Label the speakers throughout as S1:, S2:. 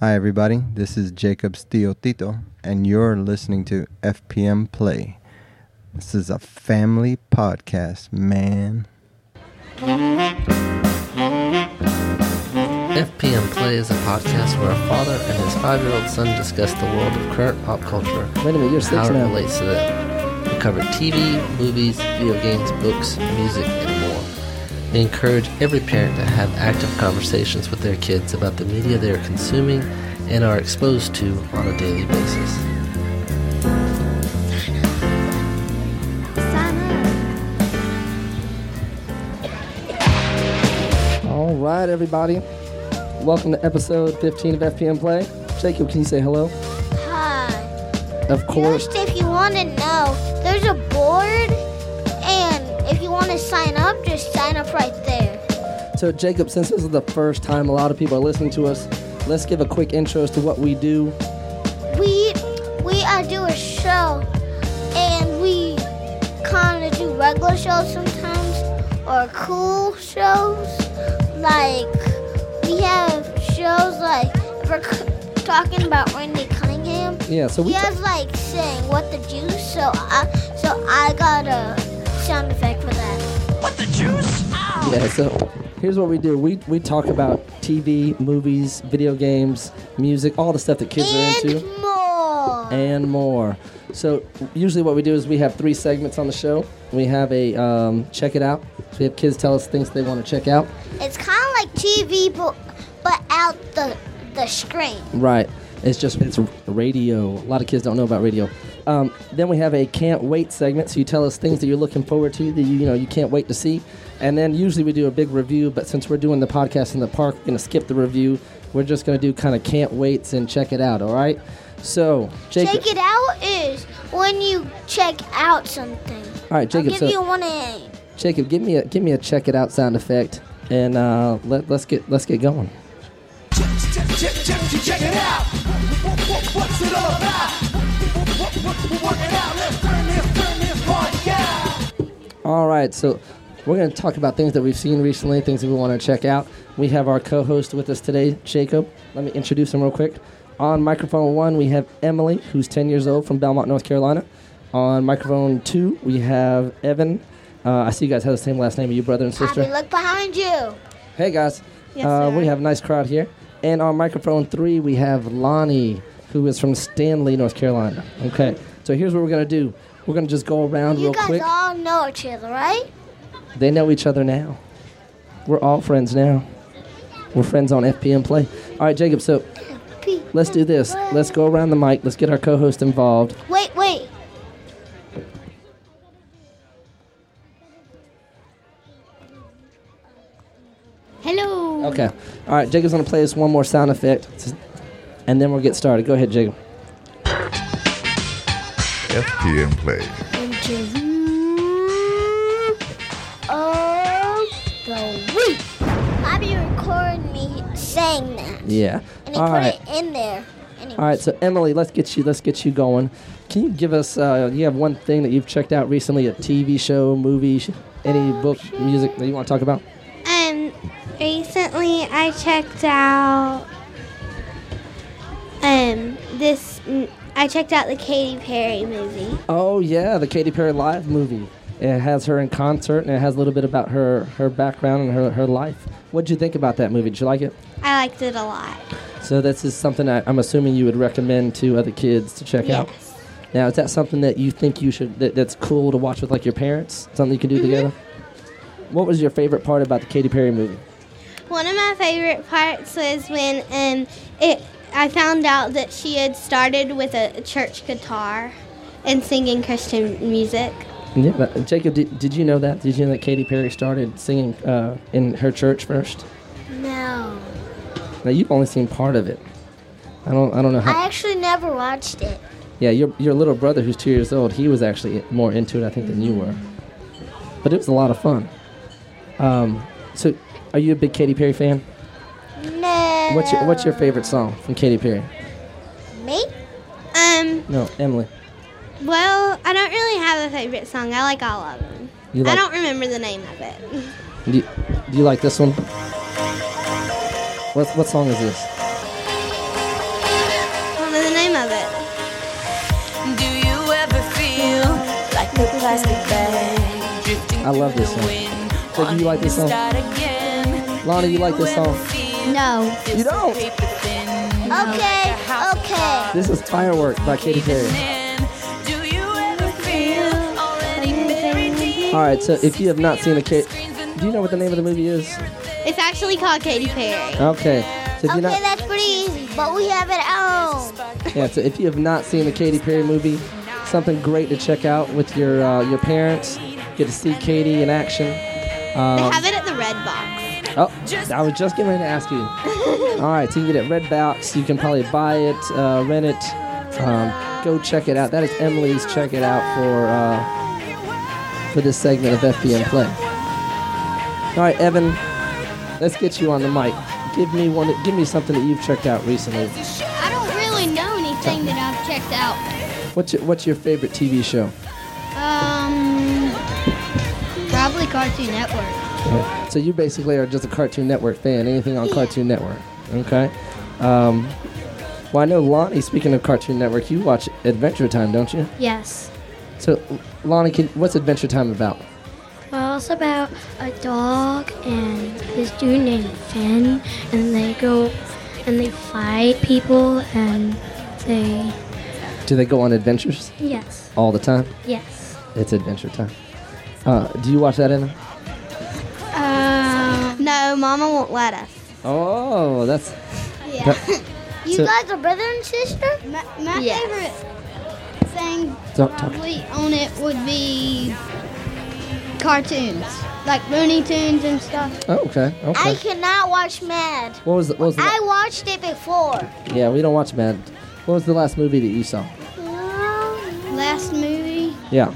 S1: Hi, everybody. This is Jacob's Tio Tito, and you're listening to FPM Play. This is a family podcast, man.
S2: FPM Play is a podcast where a father and his five-year-old son discuss the world of current pop culture
S3: Wait a minute, you're
S2: and how
S3: six
S2: it
S3: now.
S2: relates to them. We cover TV, movies, video games, books, music, and more. We encourage every parent to have active conversations with their kids about the media they are consuming and are exposed to on a daily basis.
S3: All right, everybody. Welcome to episode 15 of FPM Play. Jacob, can you say hello?
S4: Hi.
S3: Of course.
S4: Just if you want to know, there's a board, and if you want to sign up, just sign up right there.
S3: So, Jacob, since this is the first time a lot of people are listening to us, let's give a quick intro as to what we do.
S4: We we uh, do a show, and we kind of do regular shows sometimes or cool shows. Like we have shows like if we're c- talking about Randy Cunningham.
S3: Yeah, so we.
S4: He has like saying "What the juice," so I so I got a sound effect for that.
S3: Yeah, so here's what we do we, we talk about TV, movies, video games, music, all the stuff that kids are
S4: and
S3: into.
S4: more.
S3: and more. So usually what we do is we have three segments on the show. We have a um, check it out. So we have kids tell us things they want to check out.
S4: It's kind of like TV, but, but out the the screen.
S3: Right. It's just it's radio. A lot of kids don't know about radio. Um, then we have a can't wait segment. So you tell us things that you're looking forward to that you you know you can't wait to see. And then usually we do a big review, but since we're doing the podcast in the park, we're gonna skip the review. We're just gonna do kind of can't waits and check it out. All right. So Jacob.
S4: Check it out is when you check out something.
S3: All right, Jacob.
S4: I'll give
S3: so
S4: you one A.
S3: Jacob, give me a give me a check it out sound effect, and uh, let let's get let's get going.
S5: Check, check, check, check it out. What, what, what's it all about? What, what, what, what, work it out. Let's turn this, turn this party out.
S3: All right, so we're going to talk about things that we've seen recently, things that we want to check out. We have our co-host with us today, Jacob. Let me introduce him real quick. On microphone one, we have Emily, who's 10 years old from Belmont, North Carolina. On microphone two, we have Evan. Uh, I see you guys have the same last name, you brother and sister.
S4: Poppy, look behind you.
S3: Hey guys, uh, we have a nice crowd here. And on microphone three, we have Lonnie, who is from Stanley, North Carolina. Okay, so here's what we're gonna do. We're gonna just go around
S4: You
S3: real
S4: guys
S3: quick.
S4: all know each other, right?
S3: They know each other now. We're all friends now. We're friends on FPM Play. All right, Jacob. So
S4: P-
S3: let's do this. Let's go around the mic. Let's get our co-host involved.
S4: Wait, wait. Hello.
S3: Okay. All right, Jacob's gonna play us one more sound effect, and then we'll get started. Go ahead, Jacob.
S6: FPM Play.
S4: Interview of the week. Bobby recorded me saying that,
S3: Yeah.
S4: and he
S3: All
S4: put
S3: right.
S4: it in there. Anyway,
S3: All right, so Emily, let's get you let's get you going. Can you give us? Uh, you have one thing that you've checked out recently, a TV show, movie, sh- any book, music that you want to talk about?
S7: Um, recently I checked out um this I checked out the Katy Perry movie.
S3: Oh yeah, the Katy Perry live movie. It has her in concert, and it has a little bit about her her background and her her life. What'd you think about that movie? Did you like it?
S7: I liked it a lot.
S3: So this is something I, I'm assuming you would recommend to other kids to check out.
S7: Yes.
S3: Now, is that something that you think you should that, that's cool to watch with like your parents? Something you can do together. What was your favorite part about the Katy Perry movie?
S7: One of my favorite parts was when um it I found out that she had started with a church guitar and singing Christian music.
S3: Yeah, but uh, Jacob, did, did you know that? Did you know that Katy Perry started singing uh, in her church first?
S4: no,
S3: Now you've only seen part of it. I don't. I don't know
S7: Uh-huh.
S3: how.
S4: I actually never watched it.
S3: yeah, your your little brother, who's two years old, he was actually more into it, I think, than you were. But it was a lot of fun. Um, so, are you a big Katy Perry fan?
S4: No.
S3: What's your What's your favorite song from Katy Perry?
S4: Me?
S7: Um,
S3: No, Emily.
S7: well, I don't really have a favorite song. I like all of them.
S3: You
S7: I
S3: like-
S7: don't remember the name of it.
S3: Do you, do you like this one? What What song is this?
S8: plastic bag. Drifting
S3: I love this song.
S8: So do you like this song?
S3: Lana, you like this song?
S7: No.
S3: You don't?
S4: Okay, okay.
S3: This is Firework by Katy Perry. All right, so if you have not seen a Katy, do you know what the name of the movie is?
S7: It's actually called Katy Perry.
S3: Okay, so if
S4: Okay,
S3: you not,
S4: that's pretty easy, but we have it out.
S3: yeah, so if you have not seen a Katy Perry movie, something great to check out with your uh, your parents. Get to see Katy in action. Um,
S7: They have it at the Red Box.
S3: Oh, I was just getting ready to ask you. All right, so you can get it Red Box. You can probably buy it, uh, rent it. Um, go check it out. That is Emily's check it out for uh, for this segment of FBN Play. All right, Evan, let's get you on the mic. Give me one. Give me something that you've checked out recently.
S7: I don't really know anything that I've checked out.
S3: What's your, what's your favorite TV show?
S7: Um, probably Cartoon Network.
S3: So you basically are just a Cartoon Network fan. Anything on Cartoon Network, okay? Um, well, I know Lonnie. Speaking of Cartoon Network, you watch Adventure Time, don't you?
S9: Yes.
S3: So, Lonnie, can, what's Adventure Time about?
S9: Well, it's about a dog and this dude named Finn, and they go and they fight people, and they
S3: Do they go on adventures
S9: yes,
S3: all the time?
S9: yes.
S3: It's Adventure Time. Uh, do you watch that, Evan?
S9: Uh,
S7: No, Mama won't let us.
S3: Oh, that's
S4: You
S3: So-
S4: guys are brother and sister?
S7: My, my
S9: Yes.
S7: favorite thing
S3: don't talk.
S7: probably on it would be cartoons, like Looney Tunes and stuff.
S3: Oh, okay,
S4: I
S3: okay.
S4: cannot watch Mad.
S3: What was the, what was the
S4: I watched it before.
S3: yeah? We don't watch Mad. What was the last movie that you saw?
S7: Last movie,
S3: Yeah.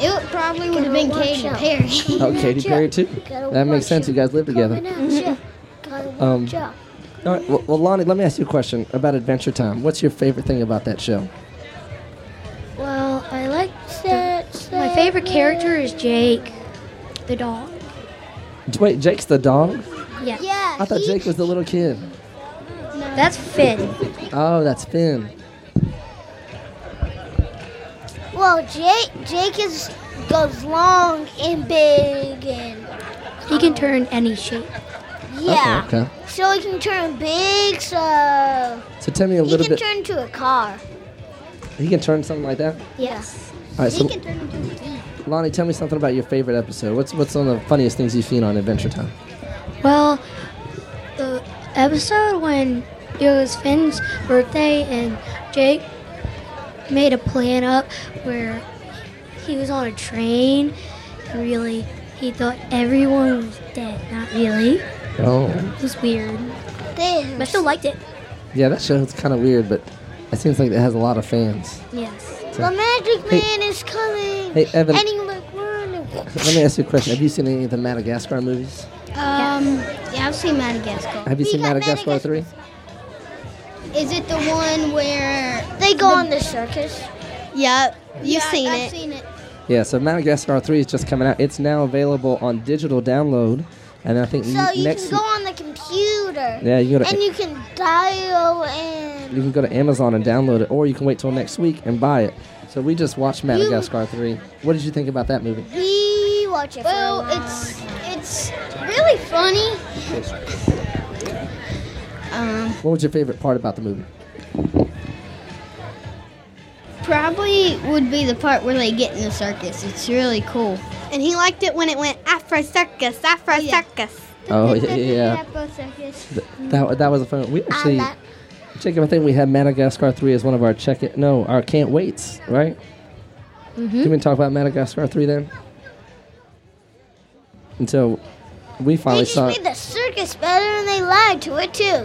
S7: it would probably would have been Katy Perry.
S3: Oh, Katy Perry too. That makes sense. You guys live together.
S7: Mm-hmm.
S3: Um, All right. Well, well, Lonnie, let me ask you a question about Adventure Time. What's your favorite thing about that show?
S9: well, I like my favorite character is Jake, the dog.
S3: J- Wait, Jake's the dog?
S9: Yeah,
S4: Yeah,
S3: I thought
S4: he-
S3: Jake was the little kid.
S9: that's Finn.
S3: Oh, that's Finn.
S4: well, Jake, Jake is goes long and big and
S9: He can turn any shape.
S4: yeah.
S3: Okay. okay.
S4: So he can turn big, so
S3: So tell me a
S4: he
S3: little
S4: can
S3: bit.
S4: turn into a car.
S3: he can turn something like that.
S9: Yes.
S3: All right, so
S4: He can turn into a car.
S3: Lonnie, tell me something about your favorite episode. What's what's one of the funniest things you've seen on Adventure Time?
S9: Well, the episode when it was Finn's birthday and Jake made a plan up where he was on a train. and Really, he thought everyone was dead. Not really. It
S3: Oh,
S9: was weird, but I
S4: This.
S9: still liked it.
S3: yeah, that show's kind of weird, but it seems like it has a lot of fans.
S9: Yes.
S4: The magic
S3: Hey.
S4: man is coming.
S3: Hey, Evan.
S4: And he like run.
S3: Let me ask you a question. Have you seen any of the Madagascar movies?
S7: Um, yeah, I've seen Madagascar.
S3: Have you
S4: We
S3: seen
S4: got
S3: Madagascar
S4: Madagascar.
S3: three?
S7: Is it the one where?
S4: They go on the circus.
S7: Yep, you've seen
S4: I've
S7: it.
S4: seen it.
S3: Yeah, so Madagascar three is just coming out. It's now available on digital download, and I think
S4: So
S3: n-
S4: you
S3: next.
S4: can go on the computer.
S3: yeah, you go to
S4: And you can dial and
S3: you can go to Amazon and download it, or you can wait till next week and buy it. So we just watched Madagascar three. What did you think about that movie?
S4: we watch it.
S7: Well,
S4: for a
S7: it's it's really funny. Um,
S3: What was your favorite part about the movie?
S7: probably would be the part where they get in the circus. It's really cool. And he liked it when it went Afro circus, Afro circus.
S3: Oh yeah, yeah. Th- That, that was a fun. We actually,
S4: like-
S3: Jacob, I think we had Madagascar three as one of our check it. No, our can't waits, right? Mm-hmm. Can we talk about Madagascar three then? And so, we
S4: They
S3: finally
S4: just
S3: saw.
S4: made the circus better and they lied to it too.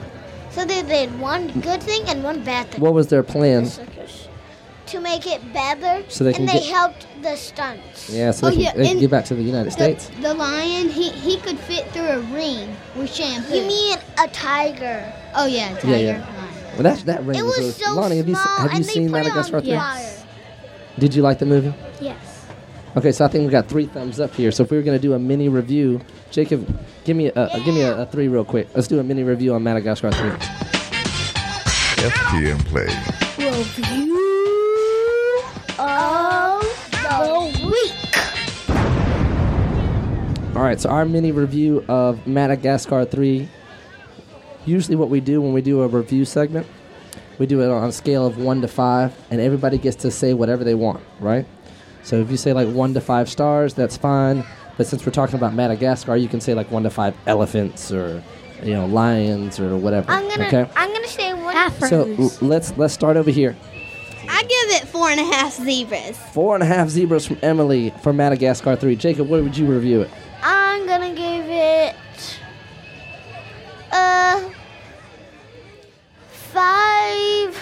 S4: So they did one good thing and one bad thing.
S3: What was their
S4: The
S3: plan?
S4: circus. To make it better.
S3: So they can
S4: and they
S3: get-
S4: helped the stunts.
S3: Yeah, so they,
S7: Oh,
S3: can,
S7: yeah,
S3: they can
S7: and
S3: get back to the United States.
S7: The, the lion, he he could fit through a ring with shampoo.
S4: You mean a tiger?
S7: oh yeah, tiger.
S3: Yeah, yeah. Well, that that ring
S4: It
S3: was,
S4: was
S3: really-
S4: so
S3: Lonnie, have you,
S4: small
S3: se- have you
S4: and they
S3: seen
S4: put
S3: Madagascar
S4: it on
S3: three?
S4: fire.
S3: Did you like the movie?
S9: Yes.
S3: Okay, so I think we got three thumbs up here. So if we were gonna do a mini review, Jacob, give me a, a give me a, a three real quick. Let's do a mini review on Madagascar three.
S6: FTM Play.
S4: Oh,
S3: All right, so our mini review of Madagascar 3. Usually, what we do when we do a review segment, we do it on a scale of 1 to 5, and everybody gets to say whatever they want, right? So if you say like 1 to 5 stars, that's fine. But since we're talking about Madagascar, you can say like 1 to 5 elephants or, you know, lions or whatever.
S4: I'm gonna
S3: okay?
S4: I'm gonna say one.
S9: Afros.
S3: So l- let's let's start over here.
S7: I give it four and a half zebras.
S3: Four and a half zebras from Emily for Madagascar 3. Jacob, what would you review it?
S4: I'm gonna give it uh five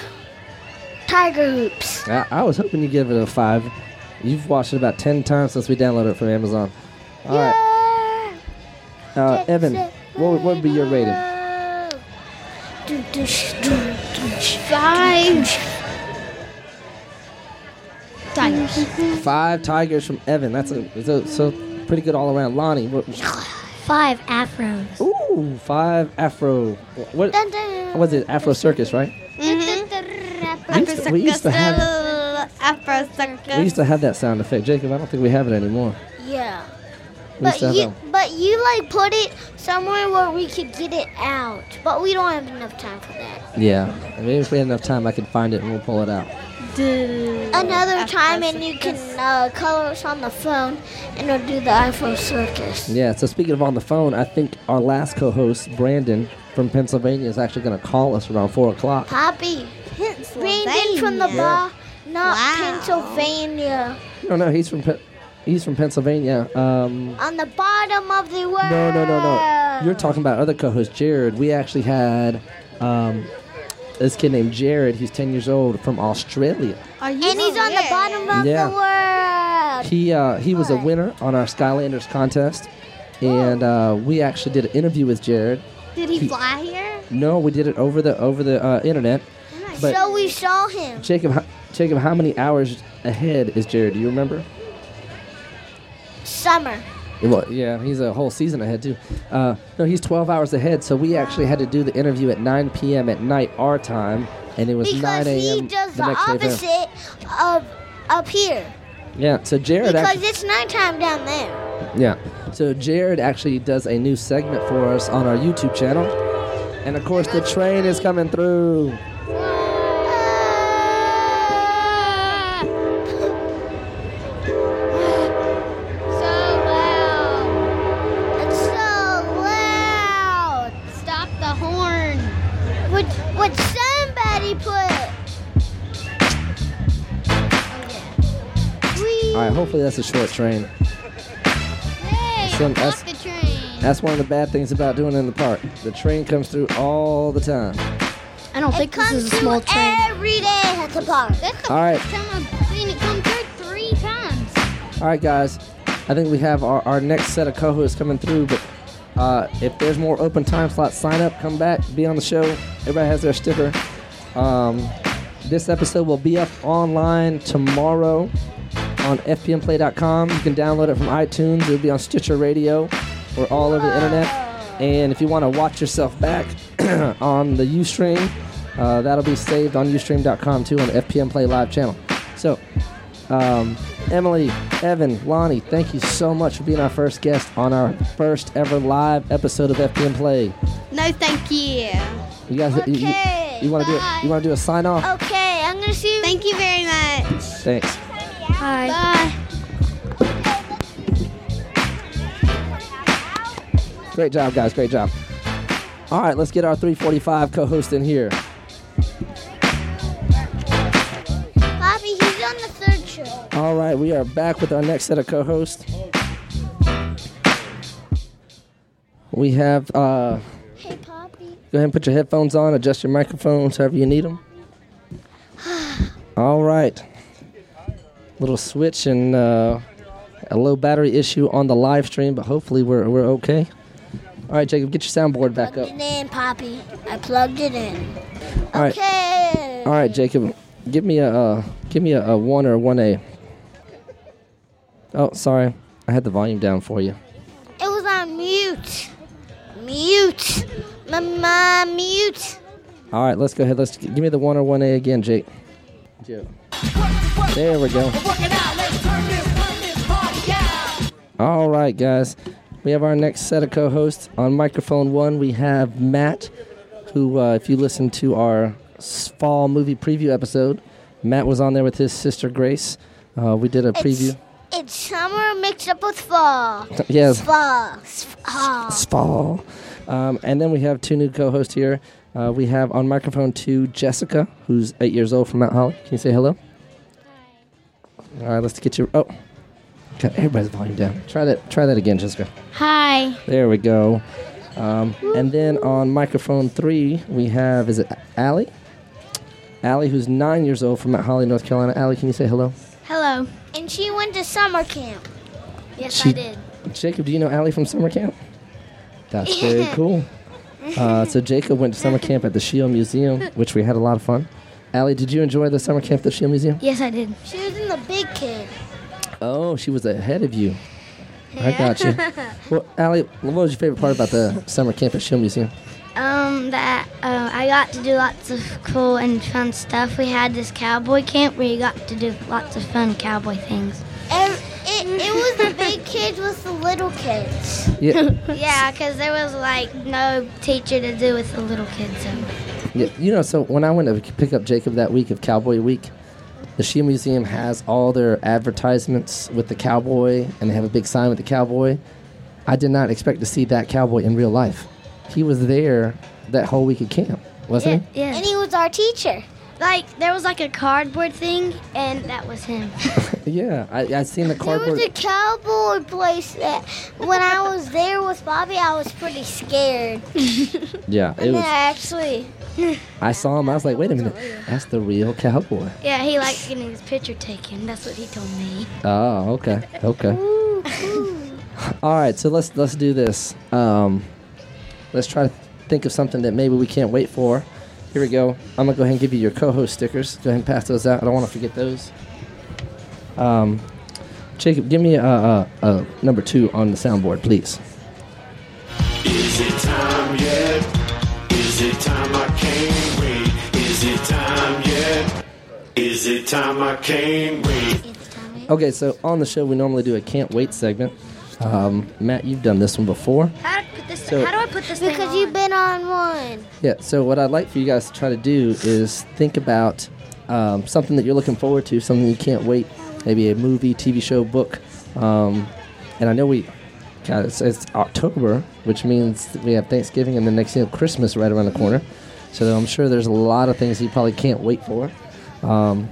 S4: tiger hoops.
S3: I, I was hoping you'd give it a five. You've watched it about 10 times since we downloaded it from Amazon. All right. Uh, Evan, what, would- what would be your rating?
S7: Five. Tigers.
S4: Mm-hmm.
S3: Five tigers from Evan. That's a, so, so pretty good all around. Lonnie, what,
S9: Five afros.
S3: ooh, five afro. What
S4: Dun, dun.
S3: was it? Afro circus, right?
S4: Mm-hmm.
S3: We used to- we used to have-
S7: Afro
S3: We used to have that sound effect. Jacob, I don't think we have it anymore.
S4: Yeah.
S3: We used
S4: But
S3: to have
S4: you,
S3: that
S4: but you like put it somewhere where we could get it out. But we don't have enough time for that.
S3: one. Yeah. Maybe if we had enough time, I could find it and we'll pull it out.
S4: Another time, and you can uh, color us on the phone, and we'll do the iPhone circus.
S3: Yeah, so speaking of on the phone, I think our last co host, Brandon from Pennsylvania, is actually going to call us around 4 o'clock.
S4: Poppy, Brandon from the bar, not
S7: Wow.
S4: Pennsylvania.
S3: No, no, he's from Pe- he's from Pennsylvania. Um,
S4: On the bottom of the world.
S3: no, no, no, no. You're talking about other co-host Jared. We actually had um, this kid named Jared. He's 10 years old from Australia.
S7: Are you
S4: And he's on the bottom of
S3: Yeah.
S4: the world.
S3: He uh, he was a winner on our Skylanders contest, and uh, we actually did an interview with Jared.
S7: Did he fly here?
S3: No, we did it over the over the uh, internet. But
S4: so we saw him.
S3: Jacob, how, Jacob, how many hours ahead is Jared? Do you remember?
S4: Summer.
S3: Well, yeah, he's a whole season ahead too. Uh, no, he's 12 hours ahead. So we actually had to do the interview at 9 p.m. at night our time, and it was
S4: Because
S3: 9
S4: he
S3: a.m.
S4: does the,
S3: the next day. for him.
S4: opposite of up here.
S3: Yeah. So Jared
S4: Because
S3: actually,
S4: it's nighttime down there.
S3: yeah. So Jared actually does a new segment for us on our YouTube channel, and of course the train is coming through.
S4: It's so loud.
S7: Stop the horn.
S4: Would, would somebody put. We
S3: All right. Hopefully that's a short train.
S7: Hey,
S3: Some- that's-
S7: the train.
S3: That's one of the bad things about doing it in the park. The train comes through all the time.
S9: I don't think
S4: it
S9: this
S4: comes
S9: is a small
S4: to
S9: train.
S4: every day at the park.
S7: That's the
S3: All right.
S7: first time I've seen it come through three times.
S3: All right, guys. I think we have our, our next set of co-hosts coming through, but uh, if there's more open time slots, sign up, come back, be on the show. Everybody has their sticker. Um, this episode will be up online tomorrow on fpmplay.com. You can download it from iTunes. It'll be on Stitcher Radio. We're all over the internet. And if you want to watch yourself back on the Ustream, uh, that'll be saved on ustream.com too on the FPM Play live channel. So um, Emily, Evan, Lonnie, thank you so much for being our first guest on our first ever live episode of FPM Play.
S7: No, thank you.
S3: You guys, you- you,
S4: Okay,
S3: want to do
S7: bye.
S3: it? You want to do a sign off?
S4: Okay, I'm gonna see.
S7: Thank you very much.
S3: Thanks.
S9: Hi.
S7: Bye.
S3: Great job, guys. Great job. All right, let's get our 345 co-host in here.
S4: Bobby, he's on the third show.
S3: All right, we are back with our next set of co-hosts. We have. Uh,
S4: Hey, Poppy.
S3: Go ahead and put your headphones on, adjust your microphones however you need them. All right. Little switch and uh, a low battery issue on the live stream, but hopefully we're, we're okay. All right, Jacob, get your soundboard back up.
S4: Plugged it in, Poppy. I plugged it in.
S3: All right,
S4: Okay.
S3: all right, Jacob, give me a uh, give me a, a one or a one A. Oh, sorry, I had the volume down for you.
S4: It was on mute. Mute. My, my mute.
S3: All right, let's go ahead. Let's give me the one or one A again, Jake. Jake. There we go.
S5: Work it out, let's turn this, turn this party out.
S3: All right, guys. We have our next set of co-hosts on microphone one. We have Matt, who, uh, if you listen to our s- fall movie preview episode, Matt was on there with his sister Grace. Uh, we did a preview.
S4: It's summer mixed up with fall.
S3: Yes.
S4: Fall. Fall.
S3: Spall. Um, and then we have two new co-hosts here. Uh, we have on microphone two Jessica, who's eight years old from Mount Holly. Can you say hello? All right, let's get you. Oh, got everybody's volume down. Try that. Try that again, Jessica.
S7: Hi.
S3: There we go. Um, and then on microphone three, we have is it Allie? Allie, who's nine years old from Mount Holly, North Carolina. Allie, can you say hello?
S7: Hello.
S4: And she went to summer camp.
S9: Yes,
S3: She-
S9: I did.
S3: Jacob, do you know Allie from summer camp? That's very cool. Uh, so Jacob went to summer camp at the Shield Museum, which we had a lot of fun. Allie, did you enjoy the summer camp at the Shield Museum?
S9: Yes, I did.
S4: She was in the big camp.
S3: Oh, she was ahead of you. I got you. Well, Allie, what was your favorite part about the summer camp at Shield Museum?
S9: Um, that uh, I got to do lots of cool and fun stuff. We had this cowboy camp where you got to do lots of fun cowboy things.
S4: Ev- It, it was the big kids with the little kids.
S3: Yeah,
S9: Yeah, because there was like no teacher to do with the little kids. So.
S3: yeah. You know, so when I went to pick up Jacob that week of Cowboy Week, the Shield Museum has all their advertisements with the cowboy, and they have a big sign with the cowboy. I did not expect to see that cowboy in real life. He was there that whole week at camp, wasn't he?
S9: Yeah.
S4: And he was our teacher.
S9: Like there was like a cardboard thing, and that was him.
S3: Yeah, I, I seen the
S4: There
S3: cardboard.
S4: was a cowboy place that when I was there with Bobby, I was pretty scared.
S3: yeah, it
S4: And
S3: was.
S4: I actually,
S3: I saw him. I was like, wait a minute, that's the real cowboy.
S9: yeah, he liked getting his picture taken. That's what he told me.
S3: Oh, okay, okay. All right, so let's let's do this. Um, let's try to think of something that maybe we can't wait for. Here we go. I'm gonna go ahead and give you your co-host stickers. Go ahead and pass those out. I don't want to forget those. Um, Jacob, give me a, a, a number two on the soundboard, please.
S5: Is it time yet? Is it time I can't wait? Is it time yet? Is it time I can't wait?
S3: Okay, so on the show we normally do a can't wait segment. Um, Matt, you've done this one before.
S9: How do I put this?
S3: So-
S9: how do I put this? thing
S4: because you've
S9: on?
S4: been on one.
S3: Yeah, so what I'd like for you guys to try to do is think about um, something that you're looking forward to, something you can't wait, maybe a movie, TV show, book. Um, and I know we, God, it's, it's October, which means we have Thanksgiving and the next thing, Christmas right around the corner. So I'm sure there's a lot of things you probably can't wait for. Um,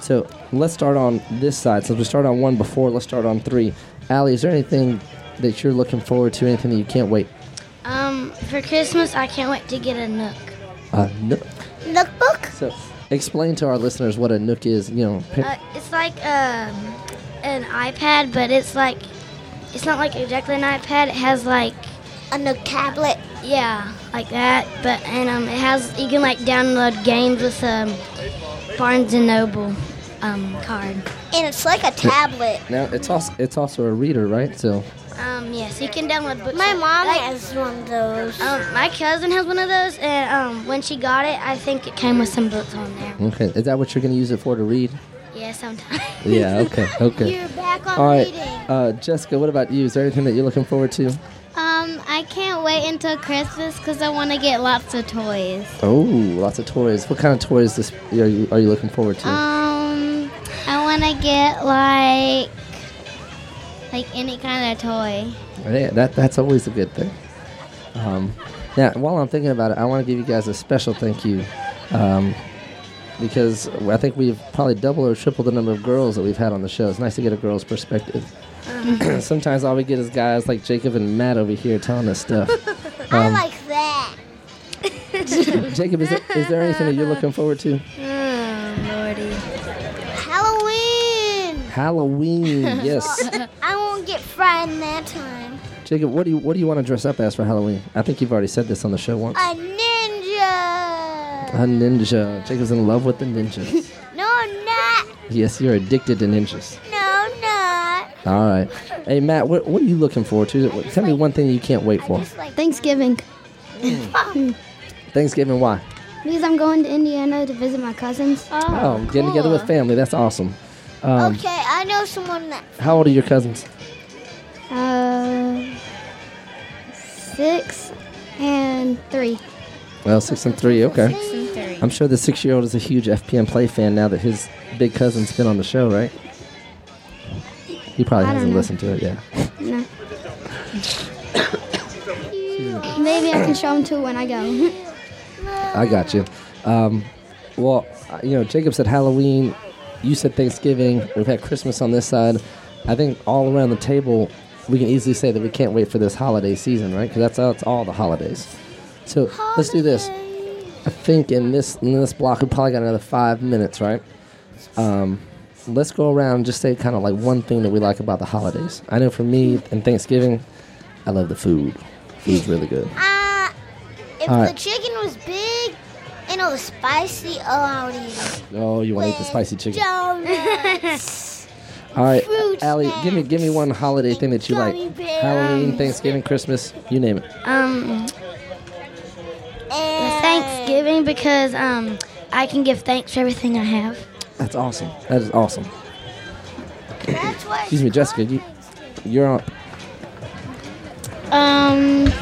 S3: so let's start on this side. Since we started on one before, let's start on three. Allie, is there anything that you're looking forward to, anything that you can't wait?
S9: Um, for Christmas, I can't wait to get a Nook.
S3: Uh, no.
S4: Lookbook?
S3: So, explain to our listeners what a Nook is. You know, pa-
S9: Uh, it's like um, an iPad, but it's like it's not like exactly an iPad. It has like
S4: On the tablet.
S9: yeah, like that. But and um, it has you can like download games with um Barnes and Noble um card.
S4: And it's like a tablet.
S3: now it's also it's also a reader, right? So,
S9: Um, yes, you can download books.
S4: My
S9: like-
S4: mom
S9: like,
S4: has one of those.
S9: Um, my cousin has one of those, and um, when she got it, I think it came with some books on there.
S3: okay, is that what you're going to use it for to read?
S9: Yeah, sometimes.
S3: Yeah. Okay. Okay.
S4: You're back on
S3: All right,
S4: reading.
S3: uh, Jessica. What about you? Is there anything that you're looking forward to?
S7: Um, I can't wait until Christmas because I want to get lots of toys.
S3: Oh, lots of toys. What kind of toys this, are you are you looking forward to?
S7: Um, I want to get like like any kind of toy.
S3: Yeah, that that's always a good thing. Um, now, while I'm thinking about it, I want to give you guys a special thank you, um, because I think we've probably double or triple the number of girls that we've had on the show. It's nice to get a girl's perspective.
S4: Uh-huh.
S3: Sometimes all we get is guys like Jacob and Matt over here telling us stuff. Um,
S4: I like that.
S3: Jacob, is there, is there anything that you're looking forward to?
S9: Oh,
S4: Halloween.
S3: Halloween, Mm, yes.
S4: I won't get frightened that time.
S3: Jacob, what do you what do you want to dress up as for Halloween? I think you've already said this on the show once.
S4: A ninja.
S3: A Uh, ninja. Jacob's in love with the ninjas.
S4: No, I'm not.
S3: yes, you're addicted to ninjas.
S4: No, I'm not.
S3: All right. Hey, Matt, what, what are you looking forward to? What- Tell me one thing you can't wait for.
S4: Just like
S7: Thanksgiving
S10: Hmm.
S3: Thanksgiving, why?
S7: because I'm going to Indiana to visit my cousins.
S3: Oh, getting together with family. That's awesome. Um,
S4: okay, I know someone that
S3: How old are your cousins?
S7: Uh,
S11: Six and three.
S3: Well, six and three. Okay.
S11: Six and three.
S3: I'm sure the six-year-old is a huge FPM Play fan now that his big cousin's been on the show, right? He probably
S11: I
S3: hasn't
S11: don't know.
S3: listened to it yet.
S11: No. Maybe I can show them to when I go.
S3: I got you. Um, well, uh, you know, Jacob said Halloween. You said Thanksgiving. We've had Christmas on this side. I think all around the table, we can easily say that we can't wait for this holiday season, right? Because that's, that's all the holidays. So let's do this. I think in this in this block, we probably got another five minutes, right? Um, let's go around and just say kind of like one thing that we like about the holidays. I know for me, in Thanksgiving, I love the food. Food's really good.
S4: Uh, If
S3: All
S4: the
S3: right.
S4: chicken was big and it was spicy, oh, I would eat it.
S3: Oh, you want to eat the spicy chicken?
S4: Donuts.
S3: All right,
S4: Fruit
S3: Allie, give me give me one holiday thing that you like.
S4: gummy bears.
S3: Halloween, Thanksgiving, Christmas, you name it.
S12: Um, Thanksgiving because um, I can give thanks for everything I have.
S3: That's awesome. That is awesome.
S4: That's what
S3: Excuse me, Jessica. You, you're on.
S12: Um,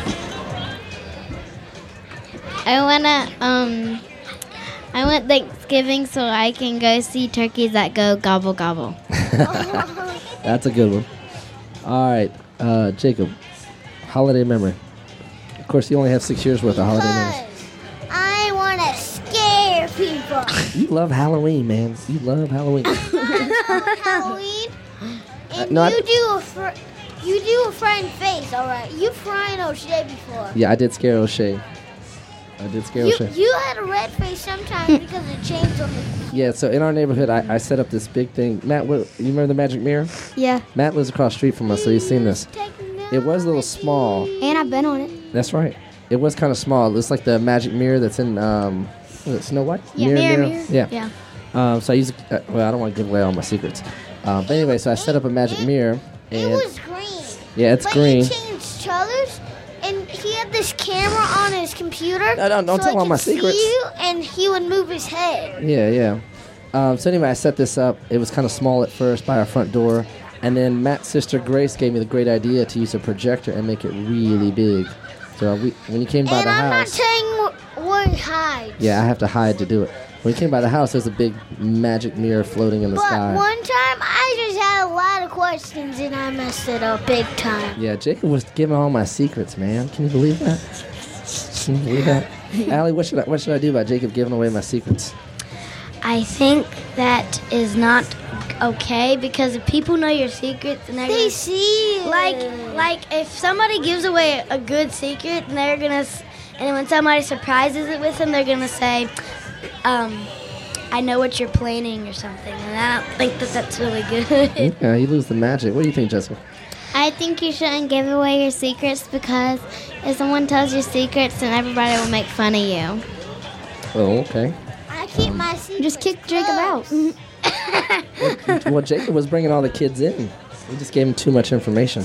S12: I wanna um, I want Thanksgiving so I can go see turkeys that go gobble gobble.
S7: Oh,
S3: That's a good one. All right, uh, Jacob. Holiday memory. Of course, you only have six years worth of holiday memories.
S4: I want to scare people.
S3: You love Halloween, man. You love Halloween.
S4: Halloween, and
S3: Uh, no, I-
S4: you do a fr- you do a friend face. All right, you fried O'Shea before.
S3: yeah, I did scare O'Shea. I did scare
S4: You,
S3: O'Shea.
S4: you had a red face sometimes because it changed on the.
S3: Yeah, so in our neighborhood, I, I set up this big thing. Matt, what, you remember the magic mirror?
S11: Yeah.
S3: Matt lives across the street from us, so he's seen this. It was a little small.
S11: And I've been on it.
S3: That's right. It was kind of small. It looks like the magic mirror that's in um, what is it, Snow White. Yeah.
S11: Yeah.
S3: Um, so I used. Uh, well, I don't want to give away all my secrets. Um, but anyway, so I set up a magic mirror, and
S4: It was green.
S3: yeah, it's
S4: but
S3: green.
S4: He changed colors, and he had this camera on his computer.
S3: No, no, don't
S4: so
S3: tell
S4: I
S3: all
S4: could
S3: my
S4: see
S3: secrets.
S4: You, and he would move his head.
S3: Yeah, yeah. Um, so anyway, I set this up. It was kind of small at first by our front door, and then Matt's sister Grace gave me the great idea to use a projector and make it really big. So we, when you came by
S4: and
S3: the
S4: I'm
S3: house,
S4: not telling wh- where he hides.
S3: yeah, I have to hide to do it. When you came by the house, there's a big magic mirror floating in the
S4: But
S3: sky.
S4: one time I just had a lot of questions and I messed it up big time.
S3: Yeah, Jacob was giving all my secrets, man. Can you believe that? Can you believe that? Allie, what should I what should I do about Jacob giving away my secrets?
S12: I think that is not okay because if people know your secrets and they're they
S4: see
S12: like like if somebody gives away a good secret and they're gonna s- and when somebody surprises it with them they're gonna say um I know what you're planning or something and I don't think that that's really good.
S3: Yeah, you lose the magic. What do you think, Jessica?
S12: I think you shouldn't give away your secrets because if someone tells your secrets then everybody will make fun of you.
S3: Oh, okay.
S4: I keep my secrets.
S11: Just kick Jacob out. Mm-hmm.
S3: well, Jacob was bringing all the kids in. We just gave him too much information.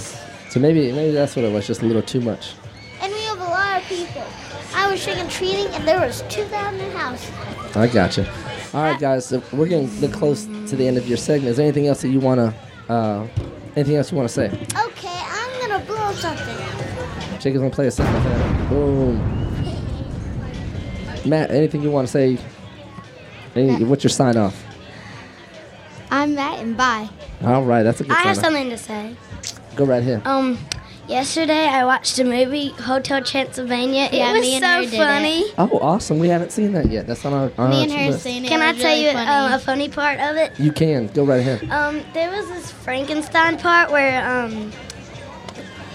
S3: So maybe maybe that's what it was, just a little too much.
S4: And we have a lot of people. I was trick and treating and there was 2,000 houses.
S3: I gotcha. All right, guys, so we're getting the- close to the end of your segment. Is there anything else that you wanna uh, anything else you wanna say?
S4: Okay, I'm gonna blow something.
S3: Jacob's gonna play a second. half. Boom. Matt, anything you want to say? Any, what's your sign off?
S12: I'm Matt and bye.
S3: All right, that's a good
S12: I
S3: sign
S12: have
S3: off.
S12: something to say.
S3: Go right here.
S12: Um, yesterday I watched a movie, Hotel Transylvania.
S7: Yeah,
S12: it was
S7: me and
S12: so
S7: her did
S12: funny.
S3: Oh, awesome. We haven't seen that yet. That's on our, on
S7: Me
S3: our
S7: and her
S3: list.
S7: seen it.
S12: Can I
S7: was
S12: tell
S7: really
S12: you
S7: funny.
S12: um, a funny part of it?
S3: You can. Go right ahead.
S12: Um, there was this Frankenstein part where um,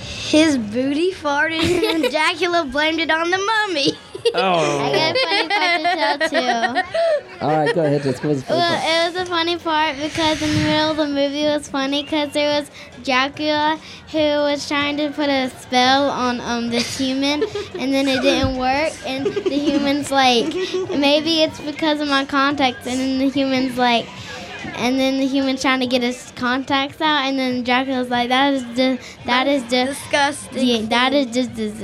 S12: his booty farted and Dracula blamed it on the mummy. Oh.
S3: Oh.
S7: I got a funny part to tell too.
S3: All right, go ahead. Jessica. What's the funny part?
S7: Well, it was a funny part because in the middle of the movie it was funny because there was Dracula who was trying to put a spell on um this human and then it didn't work and the human's like maybe it's because of my contacts and then the human's like and then the human's trying to get his contacts out and then Dracula's like that is just that is just
S12: disgusting
S7: yeah, that is just the disgusting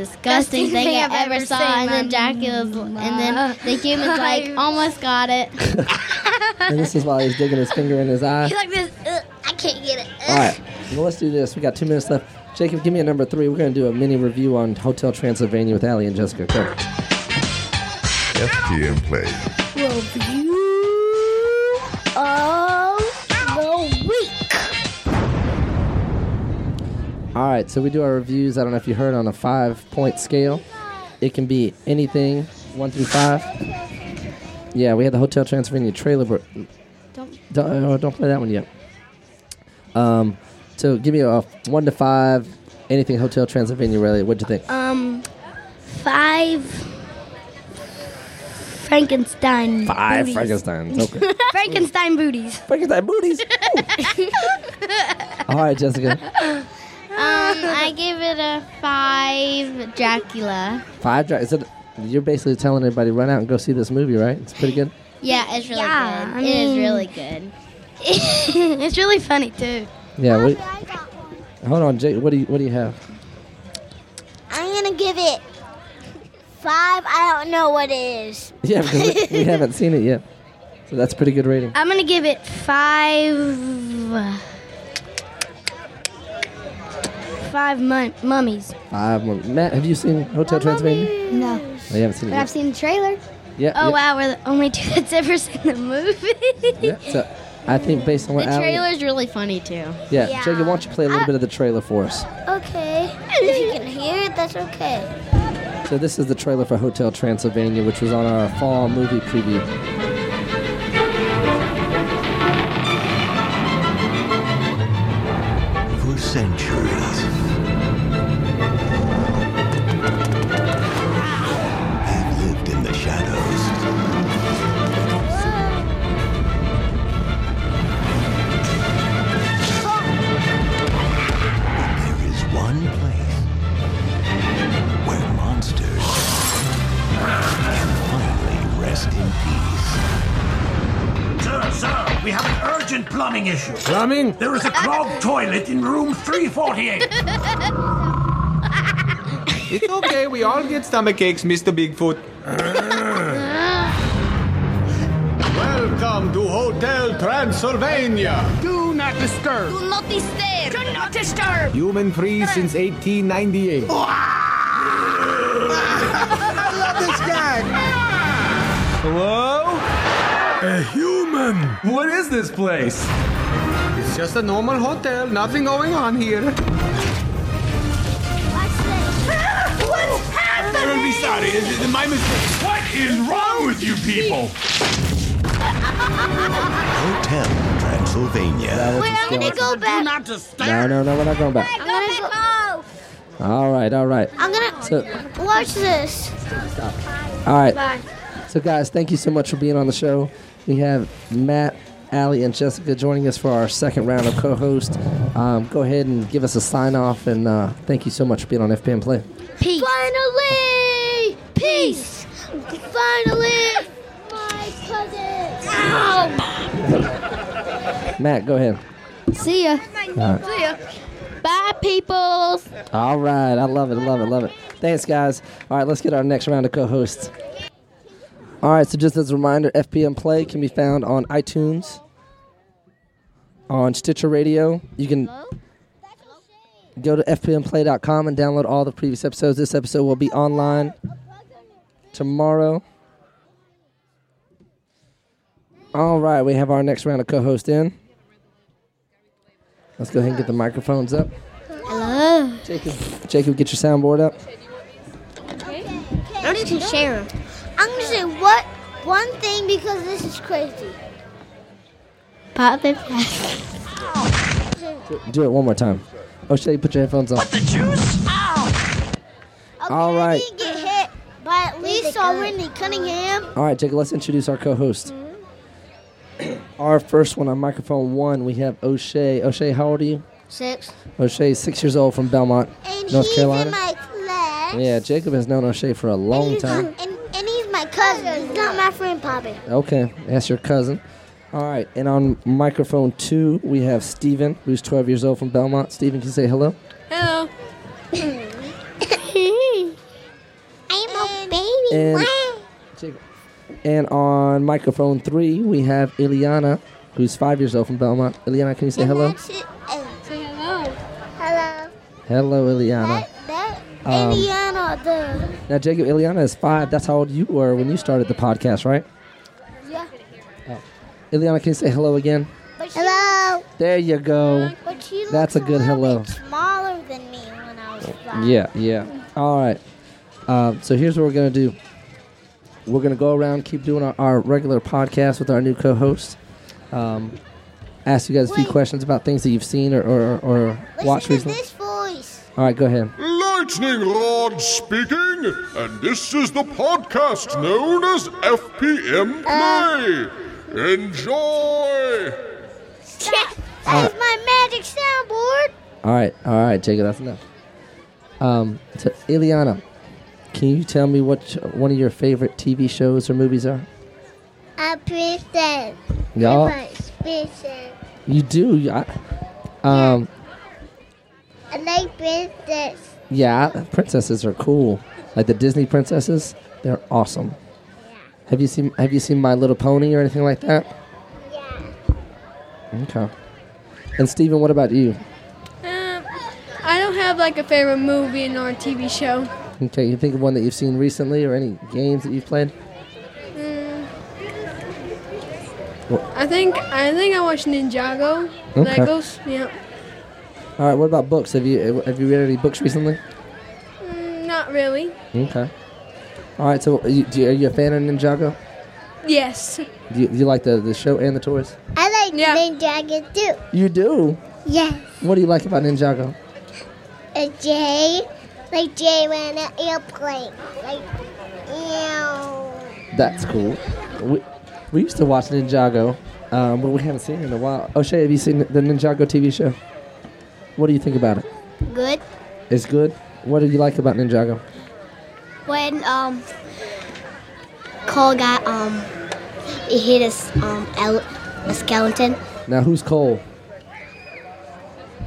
S12: Disgusting
S7: thing
S12: thing
S7: I
S12: I've
S7: ever
S12: ever
S7: saw
S12: seen
S7: and then
S12: in
S7: Dracula's and then the human's like
S12: life.
S7: almost got it.
S3: And this is while he's
S7: Uh,
S3: digging his finger in his eye.
S12: He's like this. Ugh, I can't get it.
S3: All right. Well, let's do this. We got two minutes left. Jacob, give me a number three. We're going to do a mini review on Hotel Transylvania with Ali and Jessica. Go.
S6: FTM Play.
S4: Review of the week.
S3: All right, so we do our reviews. I don't know if you heard on a five point scale. It can be anything, one through five. Yeah, we had the Hotel Transylvania trailer, but
S11: Don't.
S3: don't, oh, don't play that one yet. Um, so give me a one to five, anything Hotel Transylvania related. What'd you think?
S12: Um, five Frankenstein.
S3: Five
S12: booties.
S3: Frankensteins. Okay.
S12: Frankenstein booties.
S3: Frankenstein booties. All right, Jessica.
S7: Um, I give it a five Dracula.
S3: Five dra- is it, You're basically telling everybody run out and go see this movie, right? It's pretty good.
S7: Yeah, it's really
S12: Yeah,
S7: good.
S12: I
S7: it is
S12: mean-
S7: really good.
S12: it's really funny too.
S3: Yeah. What, hold on, Jake. What do you What do you have?
S4: I'm gonna give it five. I don't know what it is.
S3: Yeah, because we, we haven't seen it yet. So that's pretty good rating.
S12: I'm gonna give it five. Five mun- mummies.
S3: Five more. Matt, have you seen Hotel Transylvania?
S12: No.
S3: Oh, you haven't seen it. Yet.
S12: seen the trailer.
S3: Yeah.
S12: Oh
S3: yeah.
S12: wow, we're the only two that's ever seen the movie.
S3: Yeah, So I think based on what
S7: The
S3: Ali-
S7: trailer's really funny too.
S3: Yeah, Jacob, why don't you play a little bit of the trailer for us?
S4: Okay. If you can hear it, that's okay.
S3: So this is the trailer for Hotel Transylvania, which was on our fall movie preview.
S13: For centuries, have lived in the shadows. But there is one place where monsters can finally rest in
S14: Sir, sir, we have an urgent plumbing issue. Plumbing? There is a clogged toilet in room 348.
S15: It's okay, we all get stomach aches, Mr. Bigfoot. Welcome to Hotel Transylvania.
S8: Do not disturb. Do not disturb. Do not disturb.
S15: Human free since 1898.
S8: I love this guy.
S15: Hello? A human! What is this place? It's just a normal hotel, nothing going on here.
S8: What's
S14: I will be sorry. It is my mistake. What is wrong with you people?
S13: Hotel Transylvania.
S3: I'm gonna
S4: go back.
S3: No, no, no, we're not going back.
S4: I'm gonna go.
S3: All right, all right.
S4: I'm gonna
S3: So,
S4: watch this.
S3: all right.
S4: Bye.
S3: So, guys, thank you so much for being on the show. We have Matt, Ali, and Jessica joining us for our second round of co-host. Um, go ahead and give us a sign off, and uh, thank you so much for being on FPM Play.
S4: Peace. Finally, peace. Finally, my cousin.
S3: Matt, go ahead.
S7: See ya.
S3: All right.
S7: See ya. Bye, peoples.
S3: All right, I love it, love it, love it. Thanks, guys. All right, let's get our next round of co-hosts. All right, so just as a reminder, FPM Play can be found on iTunes, on Stitcher Radio. You can go to fpmplay.com and download all the previous episodes. This episode will be online tomorrow. All right, we have our next round of co-host in. Let's go ahead and get the microphones up.
S4: Hello.
S3: Jacob. Jacob, get your soundboard up.
S4: Or you can share them. I'm gonna say what one thing because this is crazy.
S7: Pop it.
S3: Do it one more time. O'Shea, put your headphones on. All right.
S4: Get hit by at least already Cunningham.
S3: All right, Jacob, let's introduce our co host.
S4: Mm-hmm.
S3: Our first one on microphone one, we have O'Shea. O'Shea, how old are you?
S4: Six.
S3: O'Shea is six years old from Belmont, North Carolina.
S4: My class.
S3: yeah, Jacob has known O'Shea for a long time.
S4: And, and he's my cousin. He's not my friend, Poppy.
S3: Okay, that's your cousin. All right, and on microphone two, we have Steven, who's 12 years old from Belmont. Steven, can you say hello?
S4: Hello. I'm a baby.
S3: And, and on microphone three, we have Ileana, who's five years old from Belmont. Ileana, can you say hello?
S4: Say Uh, hello. Hello.
S3: Hello, Ileana.
S4: That
S3: Um,
S4: Indiana, the
S3: Now, Jacob, Ileana is five. That's how old you were when you started the podcast, right?
S4: yeah.
S3: oh. Ileana, can you say hello again?
S4: But she, hello.
S3: There you go.
S4: But she
S3: That's a good hello. Oh.
S4: smaller than me when I was five.
S3: Yeah, yeah. All right. Um, so here's what we're gonna do. We're gonna go around, keep doing our, our regular podcast with our new co-host. Um, ask you guys a few questions about things that you've seen or, or, or watched
S5: Listen to
S3: recently.
S5: this voice.
S3: All right, go ahead.
S5: Lightning Rod speaking, and this is the podcast known as FPM Play. Enjoy!
S4: Stop.
S3: All
S4: That
S3: right.
S4: is my magic soundboard.
S3: All right, all right, Jacob, that's enough. Um, so Ileana, can you tell me what y- one of your favorite TV shows or movies are?
S4: A princess.
S3: Yeah.
S4: Princess.
S3: You do. Yeah. Um,
S4: I like princess.
S3: yeah, princesses are cool. Like the Disney princesses, they're awesome. Have you seen Have you seen My Little Pony or anything like that? Yeah. Okay. And Steven, what about you?
S16: Um, I don't have like a favorite movie nor a TV show.
S3: Okay, you think of one that you've seen recently or any games that you've played?
S16: Mm,
S3: Well,
S16: I think I think I watched Ninjago.
S3: Okay.
S16: Legos. Yeah.
S3: all right. What about books? Have you Have you read any books recently?
S16: Mm, not really.
S3: Okay. All right. So, are you, do you, are you a fan of Ninjago?
S16: Yes.
S3: Do you, do you like the, the show and the toys?
S4: I like Ninjago too.
S3: You do.
S4: Yes.
S3: What do you like about Ninjago?
S4: A J. Like J ran an airplane. Like, ew.
S3: That's cool. We, we used to watch Ninjago, um, but we haven't seen it in a while. O'Shea, have you seen the Ninjago TV show? What do you think about it?
S12: Good.
S3: It's good. What do you like about Ninjago?
S12: When um, Cole got um, he hit his um, ele- a skeleton.
S3: Now, who's Cole?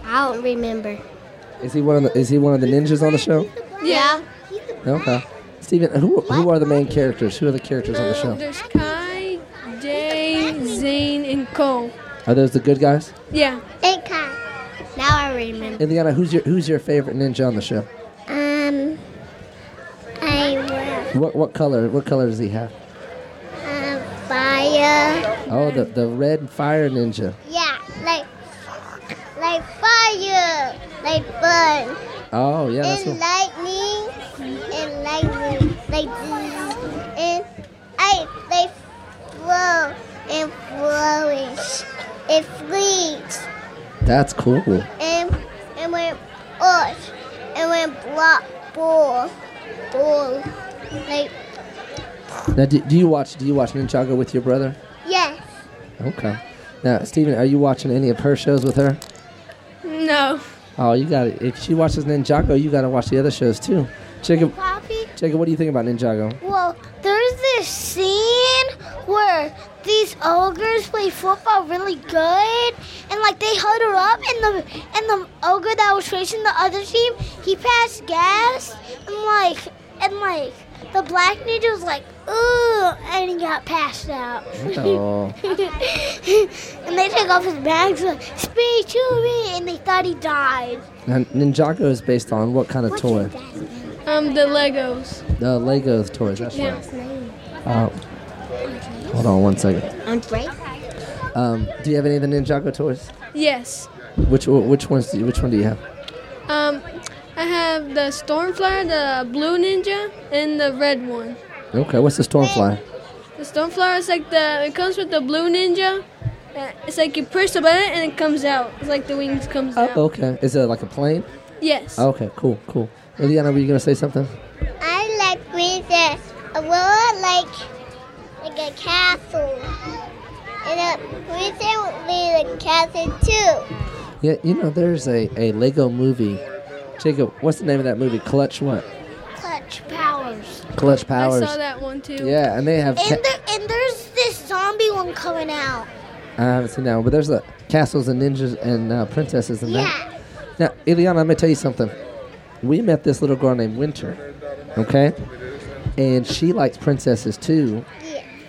S12: I don't remember.
S3: Is he one of the Is he one of the ninjas on the show?
S16: Yeah.
S3: Okay. Steven, who who are the main characters? Who are the characters on the
S16: Um,
S3: show?
S16: there's Kai, Jay, Zane, and Cole.
S3: Are those the good guys?
S16: Yeah.
S4: And Kai.
S12: Now I remember.
S3: Indiana, who's your Who's your favorite ninja on the show?
S4: Um, I
S3: What What color What color does he have?
S4: will. Um, fire.
S3: Oh, the the red fire ninja.
S4: Yeah, like, like fire. Like fun.
S3: Oh yeah, that's
S4: and
S3: cool.
S4: lightning. And lightning. Like, zzz, and I, they flow. And flourish. It flees.
S3: That's cool.
S4: and and went us and went block ball ball like
S3: Now, do, do you watch Do you watch Ninjago with your brother?
S4: yes
S3: Okay. Now, Steven, are you watching any of her shows with her?
S16: No.
S3: Oh, you got to If she watches Ninjago, you got to watch the other shows too. Jacob, Jacob, what do you think about Ninjago?
S4: well there's this scene where these ogres play football really good and like they huddle up and the and the ogre that was chasing the other team he passed gas and like and like the black ninja was like ooh and he got passed out
S3: Oh.
S4: and they take off his bags like speak to me and they thought he died
S3: Now, Ninjago is based on what kind of toy?
S16: Um, the Legos.
S3: The Legos toys. That's
S16: Yeah.
S3: right. Uh, hold on one second.
S4: Andre?
S3: Um, do you have any of the Ninjago toys?
S16: Yes.
S3: Which Which ones? Do you, which one do you have?
S16: Um, I have the Stormflyer, the blue ninja, and the red one.
S3: Okay. What's the Stormfly?
S16: The Stormflower is like the. It comes with the blue ninja. Uh, It's like you push the button and it comes out. It's like the wings comes out.
S3: Oh, okay. Oh. Is it like a plane?
S16: Yes.
S3: Okay. Cool. Cool. Ileana, were you gonna say something?
S4: I like princess Aurora like like a castle. And uh, a princess would be a castle too.
S3: Yeah, you know, there's a, a Lego movie. Jacob, what's the name of that movie? Clutch what?
S4: Clutch powers.
S3: Clutch Powers.
S16: I saw that one too.
S3: Yeah, and they have.
S4: And,
S3: Ca-
S4: there, and there's this zombie one coming out.
S3: I haven't seen that one, but there's the castles and ninjas and uh, princesses and that. Now, Ileana, I'm gonna tell you something. We met this little girl named Winter, okay, and she likes princesses too.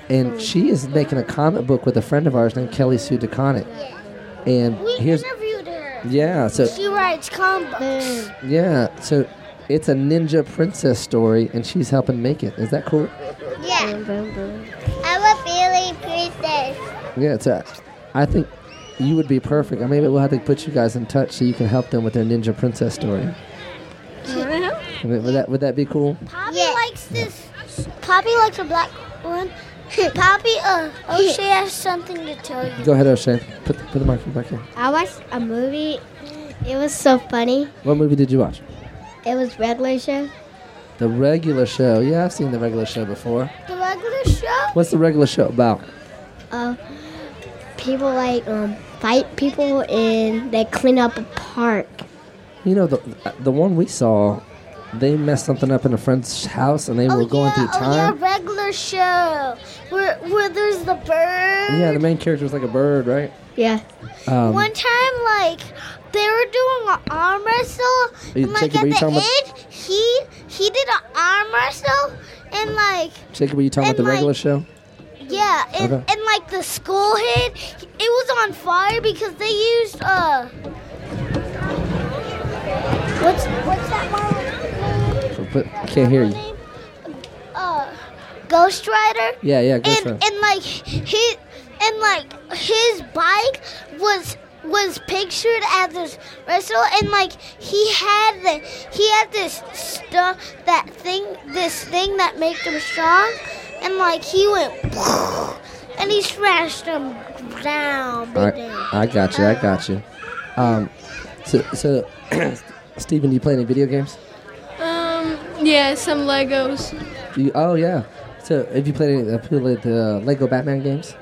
S3: And she is making a comic book with a friend of ours named Kelly Sue DeConnick. And
S4: We
S3: here's
S4: interviewed her.
S3: Yeah, so
S4: She writes comic books.
S3: yeah, so it's a ninja princess story, and she's helping make it. Is that cool?
S4: Yeah. I'm a feeling princess.
S3: Yeah, it's a. I think you would be perfect. I maybe we'll have to put you guys in touch so you can help them with their ninja princess story.
S11: Mm-hmm.
S3: I mean, Would that would that be cool?
S4: Poppy likes this. Poppy likes a black one. Poppy, uh, oh, she has something to tell you.
S3: Go ahead, O'Shea. Put put the microphone back in.
S11: I watched a movie. It was so funny.
S3: What movie did you watch?
S11: It was Regular Show.
S3: The regular show. Yeah, I've seen the regular show before.
S11: The Regular Show?
S3: What's the regular show about?
S11: Uh, people like um, fight people and they clean up a park.
S3: You know the the one we saw, they messed something up in a friend's house and they were going through
S4: Oh, yeah,
S3: time.
S4: regular show where where there's the bird.
S3: Yeah, the main character was like a bird, right?
S11: Yeah.
S3: Um,
S4: One time, like they were doing an arm wrestle,
S3: Are you-
S4: and like
S3: Jacob, are you
S4: at
S3: talking
S4: the
S3: about-
S4: end, he he did an arm wrestle, and like
S3: Jacob, were you talking about the
S4: and, like,
S3: regular show?
S4: yeah, and,
S3: Okay.
S4: and like the school hit, it was on fire because they used uh. What's what's that one?
S3: But I can't hear you.
S4: Uh, Ghost Rider.
S3: Yeah, yeah, Ghost
S4: and,
S3: Rider.
S4: And like his and like his bike was was pictured as this wrestle and like he had the he had this stuff that thing this thing that made him strong and like he went and he smashed him down.
S3: All right, I got you. I got you. Um, so so, Steven, do you play any video games?
S16: Um, yeah, some Legos.
S3: Do you, oh yeah. So have you played any, uh, played the uh, Lego Batman games?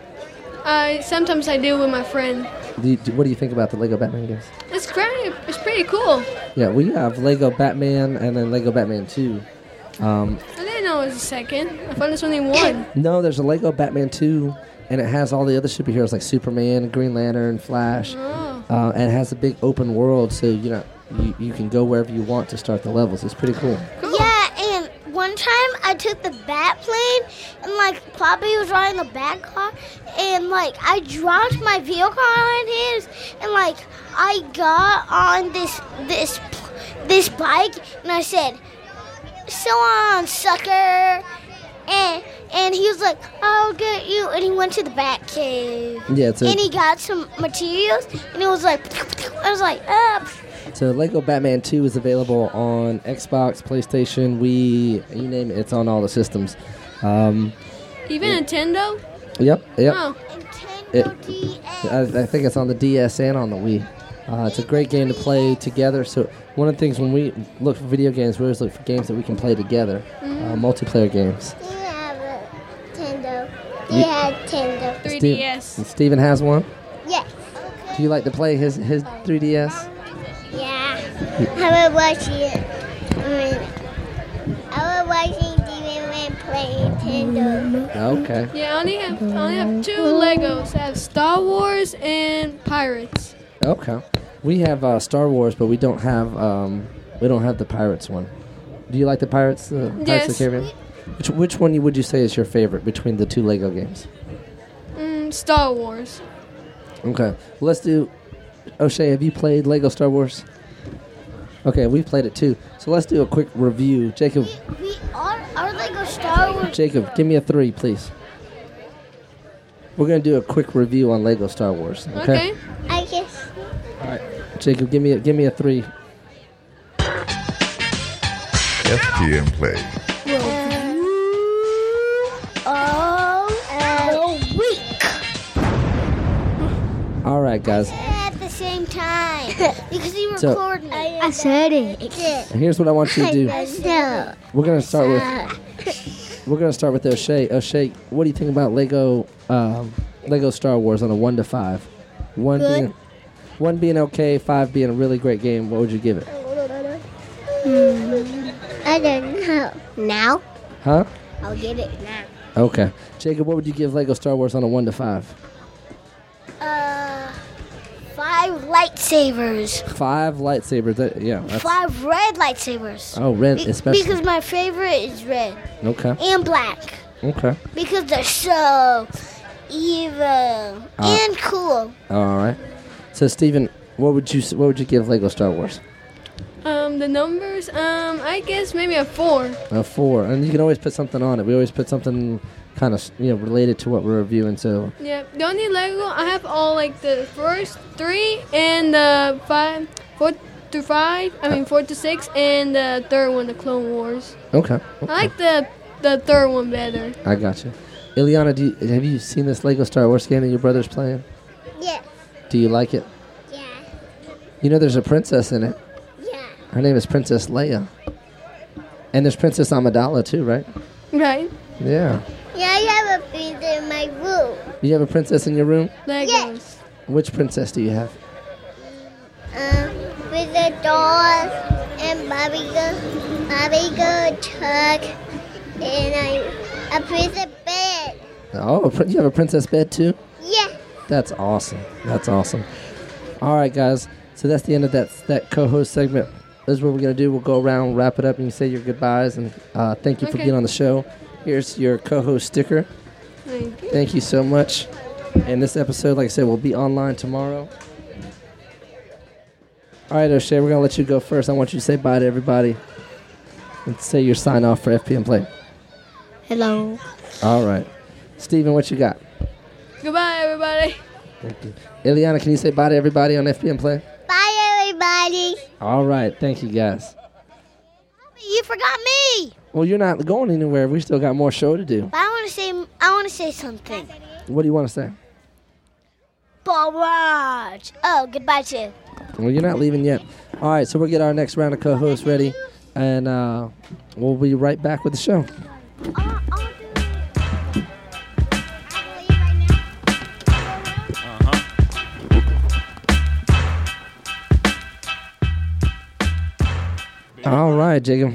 S16: I sometimes I do with my friend.
S3: Do you, do, what do you think about the Lego Batman games?
S16: It's great. It's pretty cool.
S3: Yeah, we have Lego Batman and then Lego Batman Two. Um,
S16: I didn't know it was a second. I thought it was only one.
S3: no, there's a Lego Batman Two, and it has all the other superheroes like Superman, Green Lantern, Flash,
S16: Oh.
S3: uh, and it has a big open world, so you know you, you can go wherever you want to start the levels. It's pretty cool.
S4: Yeah, and one time I took the bat plane, and like Poppy was riding the bat car, and like I dropped my vehicle on his, and like I got on this this this bike, and I said, "So on, sucker!" And and he was like, "I'll get you," and he went to the bat cave.
S3: Yeah, it's a-
S4: and he got some materials, and it was like, I was like, "Oh, "Up."
S3: So Lego Batman 2 is available on Xbox, PlayStation, Wii, you name it, it's on all the systems. Um,
S16: Even Nintendo.
S3: yep, yep.
S16: Oh.
S3: It- I, I think it's on the DS and on the Wii. Uh, it's a great game to play together. So one of the things when we look for video games, we always look for games that we can play together, uh,
S16: Mm-hmm.
S4: Mhm.
S3: multiplayer games.
S4: They have a Nintendo.
S3: They Yeah.
S4: have Nintendo.
S3: Steve- Steven has one.
S4: Yes.
S3: Do you like to play his his 3DS?
S4: Yeah. I was watching. I mean, I was watching Demon play Nintendo.
S3: Okay.
S16: Yeah, I only have I only have two Legos. I have Star Wars and Pirates.
S3: Okay. We have uh, Star Wars, but we don't have um, we don't have the Pirates one. Do you like the Pirates? Uh, Pirates of
S16: Yes.
S3: the Caribbean. Which which one you- would you say is your favorite between the two Lego games?
S16: Mm, Star Wars.
S3: Okay. Well, let's do. O'Shea, have you played Lego Star Wars? Okay, we played it too. So let's do a quick review. Jacob,
S4: We are our Lego Star Wars.
S3: Jacob, give me a three, please. We're gonna do a quick review on Lego Star Wars. Okay.
S4: I guess.
S3: All right. Jacob, give me a, give me a three.
S6: FTM Play.
S4: Oh, a week
S3: All right, guys.
S4: at the same time because he
S3: So-
S4: recorded. it.
S11: I said it.
S3: Here's what I want you to do.
S4: No.
S3: We're gonna start with we're gonna start with O'Shea. O'Shea, what do you think about Lego um, Lego Star Wars on a one to five? One
S11: Good.
S3: being one being okay, five being a really great game. What would you give it?
S11: Hmm. I don't know. Now?
S3: Huh?
S11: I'll get it now.
S3: Okay, Jacob, what would you give Lego Star Wars on a one to five?
S4: Uh, five lightsabers.
S3: Five lightsabers. That, yeah. That's,
S4: Five red lightsabers.
S3: Oh, red especially.
S4: Because my favorite is red
S3: okay.
S4: and black.
S3: Okay.
S4: Because they're so evil
S3: Uh,
S4: and cool.
S3: All right. So Steven, What would you s- What would you give Lego Star Wars?
S16: Um, the numbers. Um, I guess maybe a four.
S3: A four, and you can always put something on it. We always put something kind of you know related to what we're reviewing. So
S16: Yeah. The only Lego I have all like the first three and the five, four to five. I mean four to six, and the third one, the Clone Wars.
S3: okay,
S16: I like the the third one better.
S3: I got you. Ileana, do you, have you seen this Lego Star Wars game that your brother's playing?
S4: Yes.
S3: Do you like it? Yeah. You know, there's a princess in it. Yeah. Her name is Princess Leia. And there's Princess Amidala too, right?
S16: Right.
S3: Yeah.
S4: Yeah, I have a freezer in my room.
S3: You have a princess in your room.
S16: Legos.
S3: Which princess do you have?
S4: Um, with the dolls and Bobby Go, Bobby Go Chuck, and I, a prison bed.
S3: Oh, a prin- you have a princess bed too.
S4: Yeah.
S3: That's awesome. That's awesome. All right, guys. So that's the end of that that co-host segment. This is what we're gonna do. We'll go around, wrap it up, and you say your goodbyes and uh, thank you for
S16: Okay.
S3: being on the show. Here's your co-host sticker.
S16: Thank you.
S3: Thank you so much. And this episode, like I said, will be online tomorrow. All right, O'Shea, we're gonna let you go first. I want you to say bye to everybody and say your sign off for FPM Play.
S11: Hello.
S3: All right, Steven, what you got?
S16: Goodbye, everybody.
S3: Thank you. Ileana, can you say bye to everybody on FPM Play?
S4: Bye, everybody.
S3: All right, thank you guys.
S4: You forgot me.
S3: Well, you're not going anywhere. We still got more show to do.
S4: But I want to say, I want to say something.
S3: What do you want to say?
S4: Barrage. Oh, goodbye, Chip.
S3: Well, you're not leaving yet. All right, so we'll get our next round of co-hosts ready, and uh, we'll be right back with the show. All right, Jacob.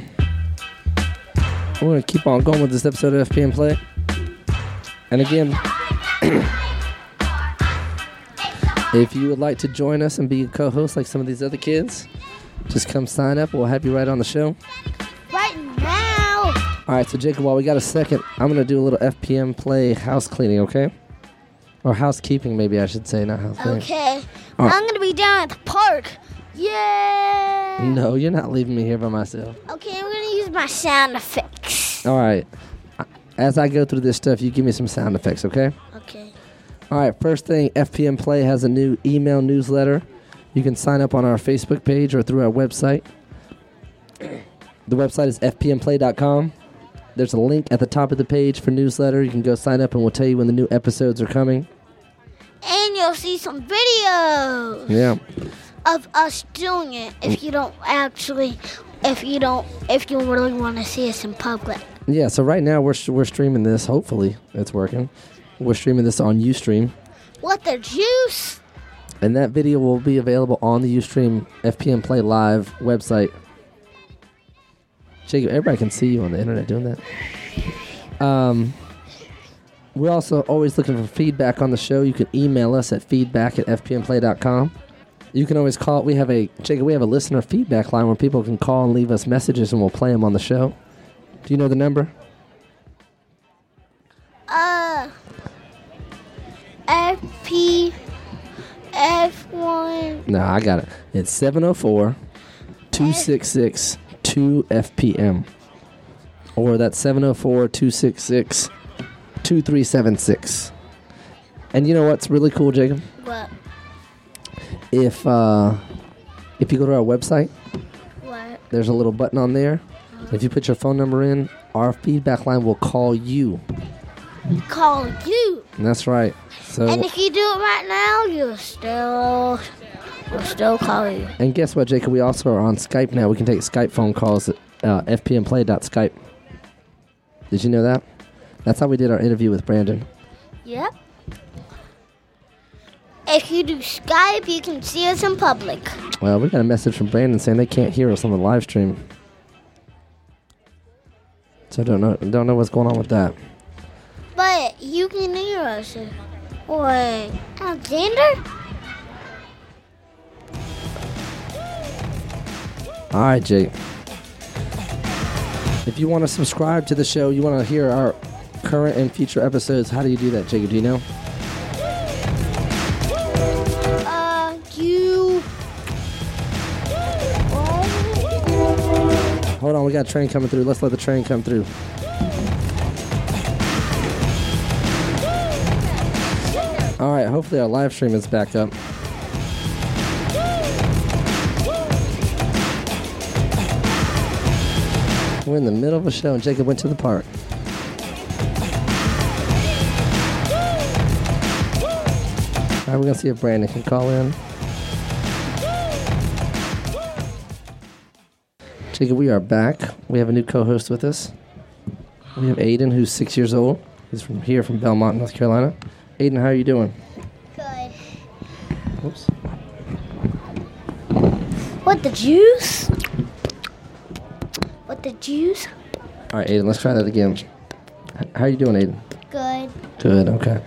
S3: We're gonna keep on going with this episode of FPM Play. And again, if you would like to join us and be a co-host like some of these other kids, just come sign up. We'll have you right on the show.
S4: Right now.
S3: All right, so Jacob, while we got a second, I'm gonna do a little FPM Play house cleaning, okay? Or housekeeping, maybe I should say, not house cleaning.
S4: Okay.
S3: All right.
S4: I'm gonna be down at the park. Yeah.
S3: No, you're not leaving me here by myself.
S4: Okay, I'm gonna use my sound effects.
S3: All right. As I go through this stuff, you give me some sound effects, okay?
S4: Okay.
S3: All right, first thing, FPM Play has a new email newsletter. You can sign up on our Facebook page or through our website. The website is fpmplay.com. There's a link at the top of the page for newsletter. You can go sign up and we'll tell you when the new episodes are coming.
S4: And you'll see some videos
S3: Yeah.
S4: of us doing it if you don't actually, if you don't, if you really want to see us in public.
S3: Yeah, so right now we're, we're streaming this. Hopefully, it's working. We're streaming this on Ustream.
S4: What the juice?
S3: And that video will be available on the Ustream FPM Play Live website. Jacob, everybody can see you on the internet doing that. Um, we're also always looking for feedback on the show. You can email us at feedback at fpmplay.com. You can always call. We have a Jacob. We have a listener feedback line where people can call and leave us messages, and we'll play them on the show. Do you know the number?
S4: Uh, FP, F1,
S3: No, I got it. It's 704 266 2FPM. Or that's 704 266 2376. And you know what's really cool, Jacob?
S4: what?
S3: If uh, if you go to our website,
S4: What? Uh-huh.
S3: there's a little button on there. If you put your phone number in, our feedback line will call you.
S4: Call you.
S3: And that's right. So
S4: And if you do it right now, you'll still, we'll still call you.
S3: And guess what, Jacob? We also are on Skype now. We can take Skype phone calls at uh, fpmplay.skype. Did you know that? That's how we did our interview with Brandon.
S4: Yep. If you do Skype, you can see us in public.
S3: Well, we got a message from Brandon saying they can't hear us on the live stream. So I don't know, don't know what's going on with that.
S4: But you can hear us. Wait, Alexander?
S3: All right, Jake. If you want to subscribe to the show, you want to hear our current and future episodes. How do you do that, Jacob? Do you know?
S4: Uh, you
S3: Hold on, we got a train coming through. Let's let the train come through. All right, hopefully our live stream is back up. We're in the middle of a show, and Jacob went to the park. All right, we're gonna see if Brandon can call in. Jacob, we are back. We have a new co-host with us. We have Aiden, who's six years old. He's from here, from Belmont, North Carolina. Aiden, how are you doing?
S4: Good.
S3: Oops.
S4: What the juice? What the juice?
S3: All right, Aiden, let's try that again. H- How are you doing, Aiden?
S4: Good.
S3: Good. Okay.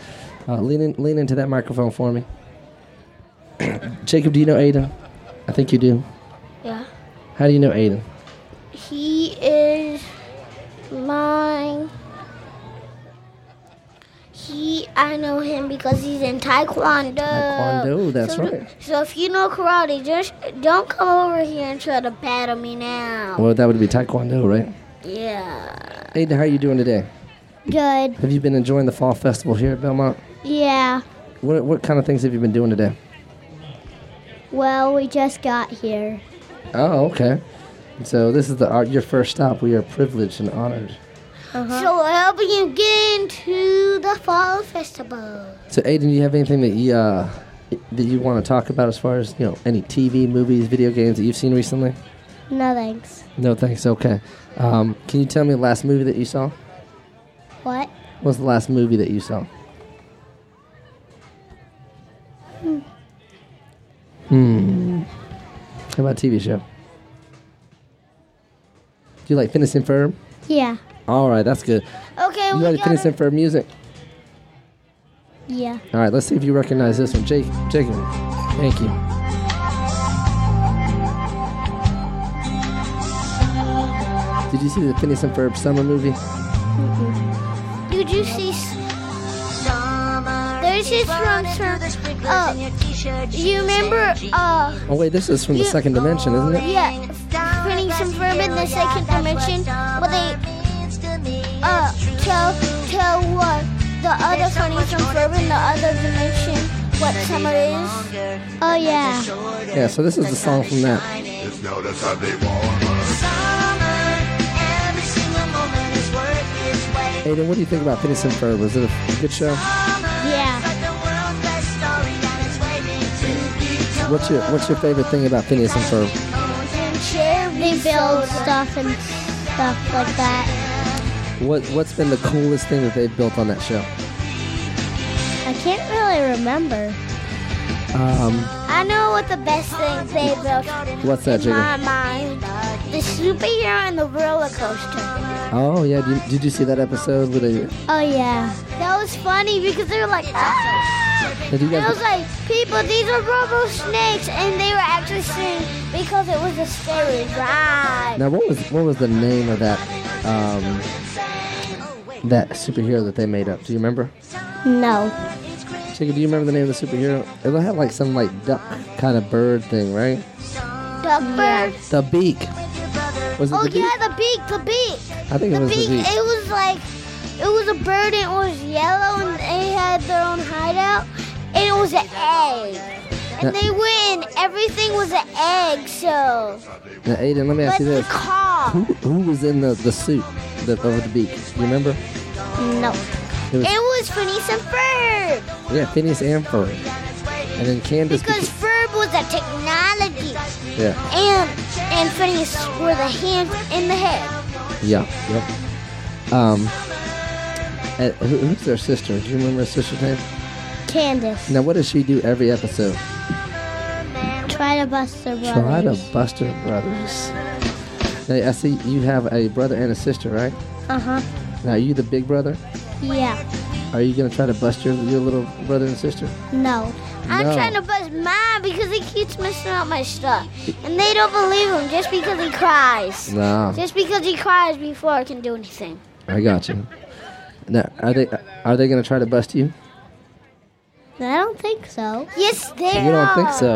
S3: Uh, lean in, lean into that microphone for me. Jacob, do you know Aiden? I think you do.
S4: Yeah.
S3: How do you know Aiden?
S4: He is my. He, I know him because he's in Taekwondo.
S3: Taekwondo, that's
S4: so,
S3: right.
S4: So if you know karate, just don't come over here and try to battle me now.
S3: Well, that would be Taekwondo, right?
S4: Yeah.
S3: Aiden, how are you doing today?
S4: Good.
S3: Have you been enjoying the fall festival here at Belmont?
S11: Yeah.
S3: What, what kind of things have you been doing today?
S11: Well, we just got here.
S3: Oh, okay. So this is the our, your first stop. We are privileged and honored.
S11: Uh-huh.
S4: So we're helping you get into the fall festival.
S3: So, Aiden, do you have anything that you uh, that you want to talk about as far as you know any TV, movies, video games that you've seen recently?
S11: No thanks.
S3: No, thanks. Okay. Um, can you tell me the last movie that you saw?
S11: What?
S3: What's the last movie that you saw?
S11: Hmm.
S3: Hmm. How about TV show? Do you like Fitness and Firm?
S11: Yeah.
S3: All right, that's good.
S4: Okay,
S3: you
S4: we
S3: like Fitness
S4: gotta-
S3: and Firm music?
S11: Yeah.
S3: All right, let's see if you recognize this one. Jake, Jacob, thank you. Did you see the Phineas and Ferb summer movie?
S4: Did you see? s- There's this from some. Uh, you remember? Uh,
S3: Oh, wait, this is from the
S4: You-
S3: second dimension, isn't it?
S4: yeah, printing some verb in the second dimension. Well, they uh tell tell what the other printing some verb in the other dimension. What summer is?
S11: Oh yeah.
S3: Yeah, so this is the song from that.
S6: It's now the Sunday morning.
S3: Aiden, what do you think about Phineas and Ferb? Was it a good show? What's your What's your favorite thing about Phineas and Ferb?
S11: They build stuff and stuff like that.
S3: What What's been the coolest thing that they've built on that show?
S11: I can't really remember.
S3: Um,
S4: I know what the best thing they built.
S3: What's that,
S4: in my
S3: Jigga?
S4: mind? The superhero and the roller coaster.
S3: oh yeah, did you, did you see that episode with a?
S4: Oh yeah. That was funny because they were like, ah!
S3: Did you
S4: And I
S3: guys?
S4: was like, people, these are robo snakes, and they were actually singing because it was a scary ride.
S3: Now what was What was the name of that um, that superhero that they made up? Do you remember?
S11: No.
S3: Jacob, do you remember the name of the superhero? It had like some like duck kind of bird thing, right?
S4: Duckbird.
S3: The beak. Was it
S4: Oh
S3: the beak?
S4: yeah, the beak, the beak.
S3: I think it
S4: the
S3: was the
S4: beak.
S3: beak.
S4: It was like, it was a bird. And it was yellow, and they had their own hideout, and it was an egg. And
S3: Yeah.
S4: they went, and everything was an egg. So,
S3: Now, Aiden, let me ask you
S4: but the
S3: this:
S4: car,
S3: Who Who was in the the suit that over the beak? You remember?
S4: no,
S3: It was
S4: it was Phineas and Ferb.
S3: yeah, Phineas and Ferb, and then Candace.
S4: Because Ferb was a technology,
S3: beca- yeah,
S4: and and Phineas were the hand and the head.
S3: yeah, yep. Um, and who, who's their sister? Do you remember her sister's name?
S11: Candace.
S3: Now, what does she do every episode?
S11: Try to bust their brother.
S3: Try to bust her brothers. Now, I see you have a brother and a sister, right?
S11: Uh
S4: Uh-huh.
S11: huh.
S3: Now, are you the big brother?
S11: Yeah.
S3: Are you gonna try to bust your your little brother and sister?
S11: No.
S4: I'm
S3: No.
S4: trying to buzz mine because he keeps messing up my stuff, and they don't believe him just because he cries.
S3: No,
S4: Just because he cries before I can do anything.
S3: I got you. Now, are they are they gonna try to bust you?
S11: I don't think so.
S4: Yes, they
S3: You don't
S4: are.
S3: think so?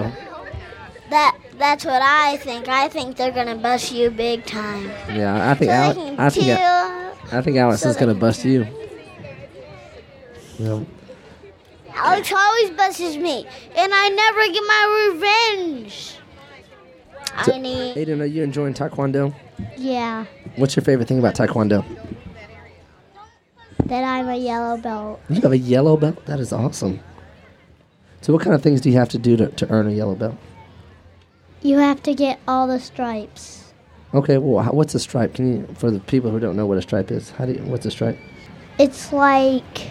S4: That That's what I think. I think they're gonna bust you big time.
S3: Yeah, I think
S4: So they
S3: Alex.
S4: can
S3: I think
S4: kill-
S3: I, I think Alex
S4: so
S3: is
S4: they
S3: gonna
S4: can
S3: bust you.
S4: Alex always busts me, and I never get my revenge.
S3: So,
S4: I need.
S3: Aiden, are you enjoying Taekwondo?
S11: Yeah,
S3: What's your favorite thing about Taekwondo?
S11: that I'm a yellow belt.
S3: You have a yellow belt. That is awesome. So, what kind of things do you have to do to, to earn a yellow belt?
S11: You have to get all the stripes.
S3: Okay, well, how, what's a stripe? Can you, for the people who don't know what a stripe is, how do you, what's a stripe?
S11: It's like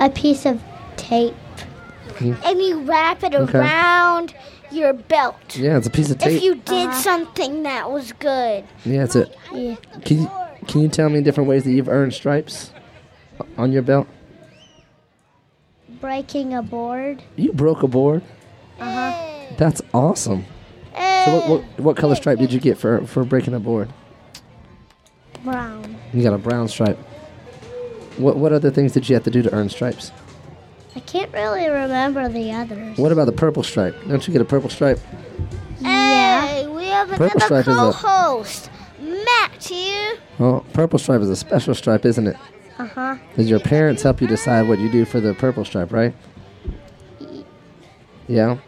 S11: a piece of tape.
S4: And you wrap it
S3: Hmm. Okay.
S4: around your belt.
S3: Yeah, it's a piece of tape.
S4: If you did something that was good.
S3: yeah, it's a.
S11: Yeah.
S3: Can you, can you tell me different ways that you've earned stripes o- on your belt?
S11: Breaking a board.
S3: You broke a board.
S11: Uh-huh.
S3: That's awesome. So, what, what, what color stripe did you get for, for breaking a board?
S11: Brown.
S3: You got a brown stripe. What, what other things did you have to do to earn stripes?
S11: I can't really remember the others.
S3: What about the purple stripe? Don't you get a purple stripe?
S4: Hey, we have
S3: Purple
S4: another
S3: stripe is a-
S4: co-host, Matt here.
S3: Oh, purple stripe is a special stripe, isn't it?
S4: Uh huh.
S3: Because your parents help you decide what you do for the purple stripe, right? Yeah.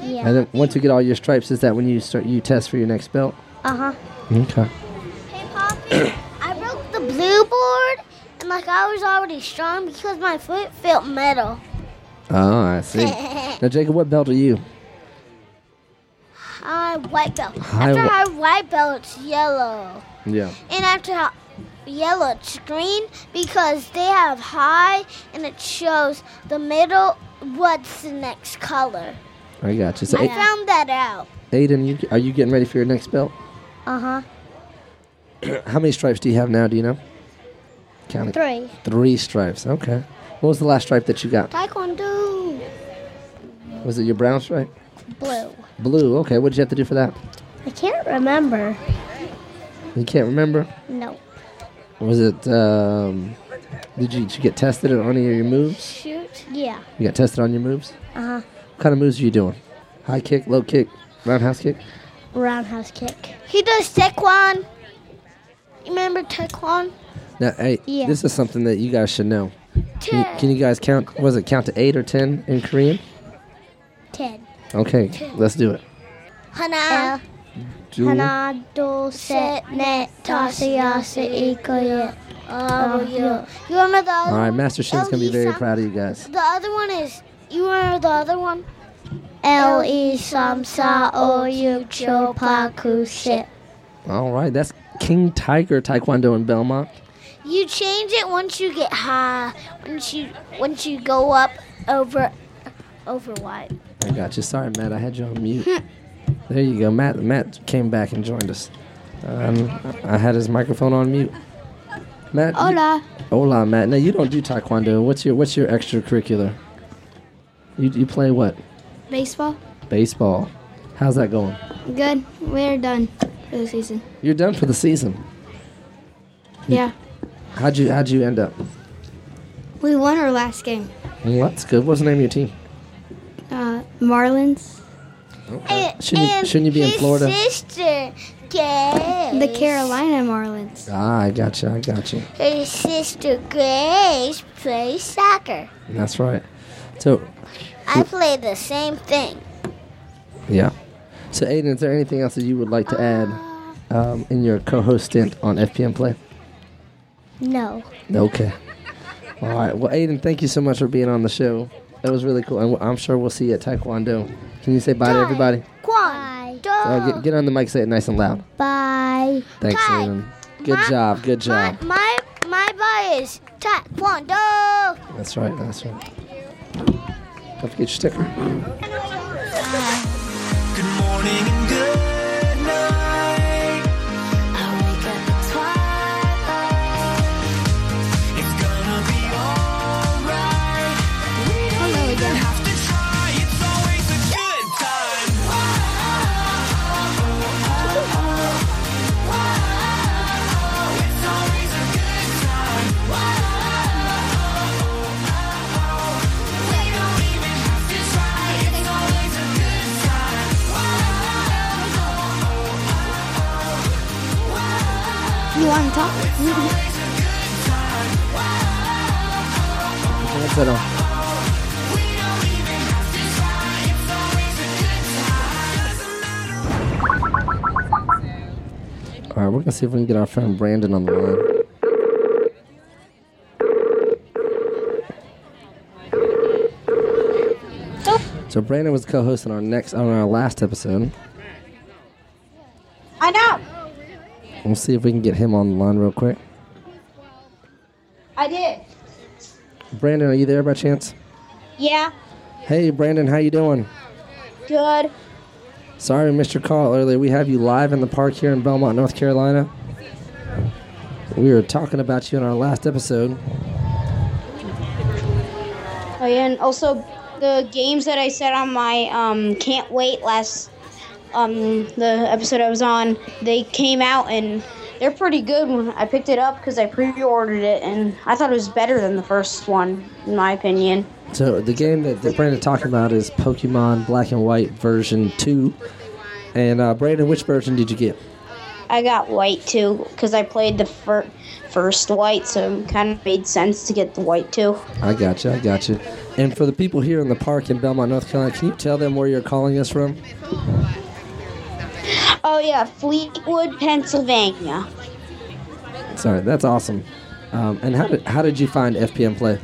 S11: Yeah.
S3: And then once you get all your stripes, is that when you start you test for your next belt?
S4: Uh
S11: Uh-huh.
S4: huh.
S3: Okay.
S4: I broke the blue board, and like I was already strong because my foot felt metal.
S3: Oh, I see. now, Jacob, what belt are you?
S4: High white belt.
S3: High
S4: after
S3: whi-
S4: high white belt, it's yellow,
S3: Yeah.
S4: and after hi- yellow, it's green because they have high, and it shows the middle. What's the next color?
S3: I got you. So,
S4: I
S3: A-
S4: found that out.
S3: Aiden, you, are you getting ready for your next belt?
S4: Uh
S11: Uh-huh.
S4: huh.
S3: How many stripes do you have now? Do you know? Count it.
S4: Three.
S3: Three stripes. Okay. What was the last stripe that you got?
S4: Taekwondo.
S3: Was it your brown stripe?
S11: Blue.
S3: Blue. Okay. What did you have to do for that?
S11: I can't remember.
S3: You can't remember.
S11: No.
S3: Was it? Um, did you did you get tested on any of your moves?
S11: Shoot. Yeah.
S3: You got tested on your moves.
S11: Uh huh.
S3: What kind of moves are you doing? High kick, low kick, roundhouse kick.
S11: Roundhouse kick.
S4: He does taekwondo. You remember taekwondo?
S3: Now, hey,
S4: Yeah.
S3: this is something that you guys should know. Can you, can you guys count? Was it count to eight or ten in Korean?
S11: Ten.
S3: Okay, let's do it.
S4: Hana.
S3: Do-
S11: Hana do set net tasiyasa ikoya.
S4: Oh, you. You remember the
S3: All
S4: other, Oh,
S3: right, Master Shin's gonna be very proud of you guys.
S4: the other one is. You remember the other one?
S11: L E samsa o yu chopaku sit.
S3: All right, that's King Tiger Taekwondo in Belmont.
S4: You change it once you get high. Once you once you go up over over what?
S3: I got you. Sorry, Matt, I had you on mute. there you go, Matt. Matt came back and joined us. Um, I had his microphone on mute. Matt. you-
S4: Hola.
S3: Hola, Matt. Now you don't do Taekwondo. What's your What's your extracurricular? You you play what?
S10: Baseball?
S3: Baseball. How's that going?
S10: Good. We're done for the season.
S3: You're done for the season.
S10: Yeah.
S3: How'd you How'd you end up?
S10: We won our last game.
S3: Well, that's good. What's the name of your team?
S10: Uh, Marlins.
S3: Shouldn't you, Shouldn't you be in Florida?
S4: sister Grace.
S10: The Carolina Marlins.
S3: Ah, I got you. I got you.
S4: Her sister Grace plays soccer.
S3: That's right. So,
S4: I play the same thing.
S3: yeah. So, Aiden, is there anything else that you would like to add um, in your co-host stint on FPM Play?
S11: No.
S3: Okay. All right. Well, Aiden, thank you so much for being on the show. That was really cool, and I'm sure we'll see you at Taekwondo. Can you say bye to everybody?
S4: Quan.
S3: Uh, get, get on the mic, say it nice and loud.
S11: Bye.
S3: Thanks, Aiden. Good job. Good job.
S4: My my boy is taekwondo.
S3: That's right. That's right. Don't forget your sticker.
S5: Good morning and good night. I wake up at twilight. It's gonna be alright. We don't even have to try. It's always a good time. It's always a good time. We don't even have to try. It's always a good time.
S10: on top.
S3: What's that uh, on? All right, we're gonna see if we can get our friend Brandon on the line. So Brandon was co-host on our next, on our last episode.
S17: I know.
S3: We'll see if we can get him on the line real quick.
S17: I did.
S3: Brandon, are you there by chance?
S17: Yeah.
S3: Hey, Brandon, how you doing?
S17: Good.
S3: Sorry, we missed your call earlier. We have you live in the park here in Belmont, North Carolina. We were talking about you in our last episode.
S17: Oh yeah, and also the games that I said on my um can't wait last um the episode I was on, they came out and they're pretty good. When I picked it up because I pre-ordered it, and I thought it was better than the first one, in my opinion.
S3: So the game that, that Brandon talked about is Pokemon Black and White version two. And uh, Brandon, which version did you get?
S17: I got white too because I played the fir- first white, so it kind of made sense to get the white too.
S3: I got you. I got you. And for the people here in the park in Belmont, North Carolina, can you tell them where you're calling us from?
S17: Oh yeah, Fleetwood, Pennsylvania.
S3: Sorry, that's awesome. Um, and how did how did you find FPM Play?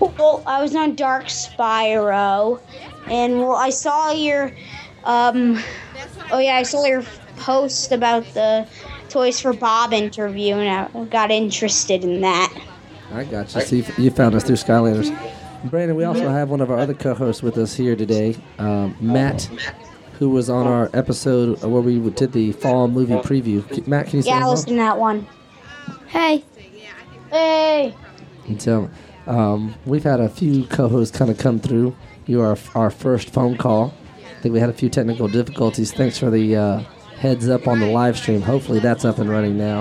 S17: Well, I was on Dark Spyro, and well, I saw your, um, oh yeah, I saw your post about the Toys for Bob interview, and I got interested in that.
S3: I got you. So you, you found us through Skylanders. Brandon, we also have one of our other co-hosts with us here today, um, Matt, who was on our episode where we did the fall movie preview. C- Matt, can you say
S17: yeah, I
S3: hello?
S17: listened to that one.
S10: Hey.
S17: Hey.
S3: And so, um, we've had a few co-hosts kind of come through. You are our first phone call. I think we had a few technical difficulties. Thanks for the uh, heads up on the live stream. Hopefully that's up and running now.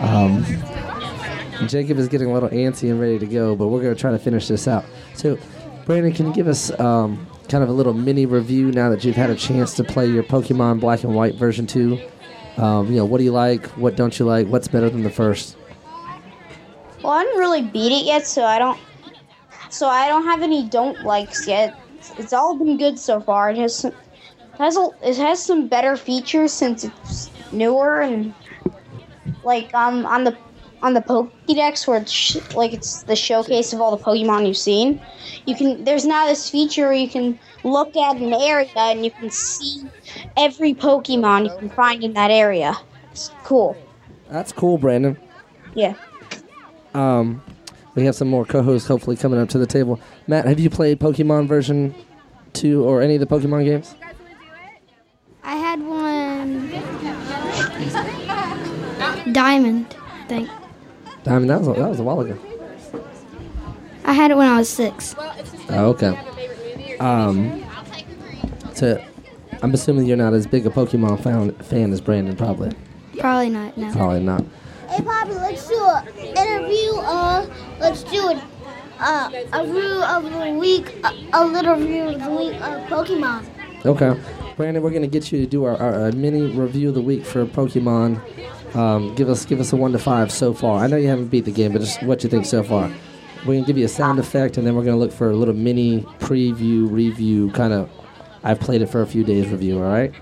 S3: Um, Jacob is getting a little antsy and ready to go, but we're going to try to finish this out. So, Brandon, can you give us um, kind of a little mini review now that you've had a chance to play your Pokemon Black and White version two? Um, you know, what do you like? What don't you like? What's better than the first?
S17: Well, I didn't really beat it yet, so I don't. So I don't have any don't likes yet. It's, it's all been good so far. It has some, has a, it has some better features since it's newer and like um on the on the Pokédex where it's sh- like it's the showcase of all the Pokemon you've seen. You can there's now this feature where you can look at an area and you can see every Pokemon you can find in that area. It's cool.
S3: That's cool, Brandon.
S17: Yeah.
S3: Um, we have some more co-hosts hopefully coming up to the table. Matt, have you played Pokemon version two or any of the Pokemon games?
S10: I had one. Diamond, I think.
S3: I mean, that was a, that was a while ago.
S10: I had it when I was six.
S3: Oh, okay. Um, so I'm assuming you're not as big a Pokemon fan, fan as Brandon, probably.
S10: Probably not, no.
S3: Probably not.
S4: Hey, Poppy, let's do an interview. Uh, let's do an, uh, a review of the week, a, a little review of the week of Pokemon.
S3: Okay, Brandon, we're gonna get you to do our, our, our mini review of the week for Pokemon. Um, give us give us a one to five so far. I know you haven't beat the game, but just what you think so far. We're gonna give you a sound effect, and then we're gonna look for a little mini preview review kind of. I've played it for a few days review. All right.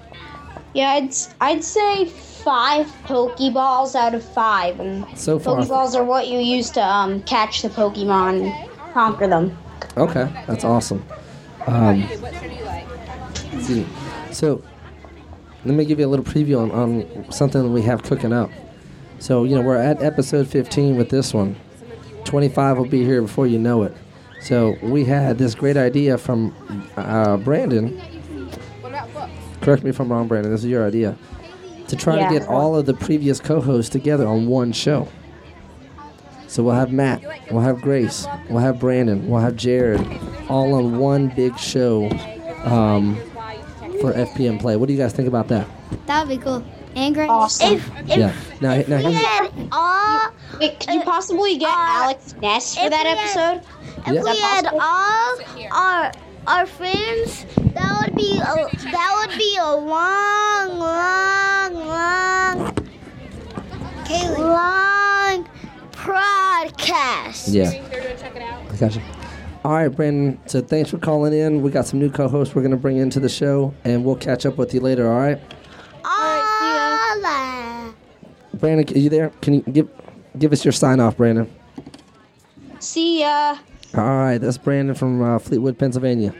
S17: Yeah, I'd, I'd say five Pokeballs out of five. And
S3: So far.
S17: Pokeballs are what you use to um, catch the Pokemon and conquer them.
S3: Okay, that's awesome. Um, let's see. So, let me give you a little preview on, on something we have cooking up. So, you know, we're at episode 15 with this one. 25 will be here before you know it. So, we had this great idea from uh, Brandon. Correct me if I'm wrong, Brandon. This is your idea. To try
S18: Yeah.
S3: to get all of the previous co hosts together on one show. So we'll have Matt, we'll have Grace, we'll have Brandon, we'll have Jared, all on one big show um, for FPM play. What do you guys think about that?
S10: That would be cool. And great.
S17: If,
S3: yeah. Now, now here's,
S4: all.
S17: Wait, could you possibly get Alex Ness for that episode?
S4: If
S3: Yeah.
S4: we had all our our friends, that would be a, that would be a long, long, long Kaylee. Long podcast.
S3: Yeah. I Gotcha. All right, Brandon. So thanks for calling in. We got some new co-hosts we're going to bring into the show, and we'll catch up with you later. All right,
S4: Hola.
S3: Brandon, are you there? Can you give give us your sign off, Brandon?
S17: See ya.
S3: All right, that's Brandon from uh, Fleetwood, Pennsylvania.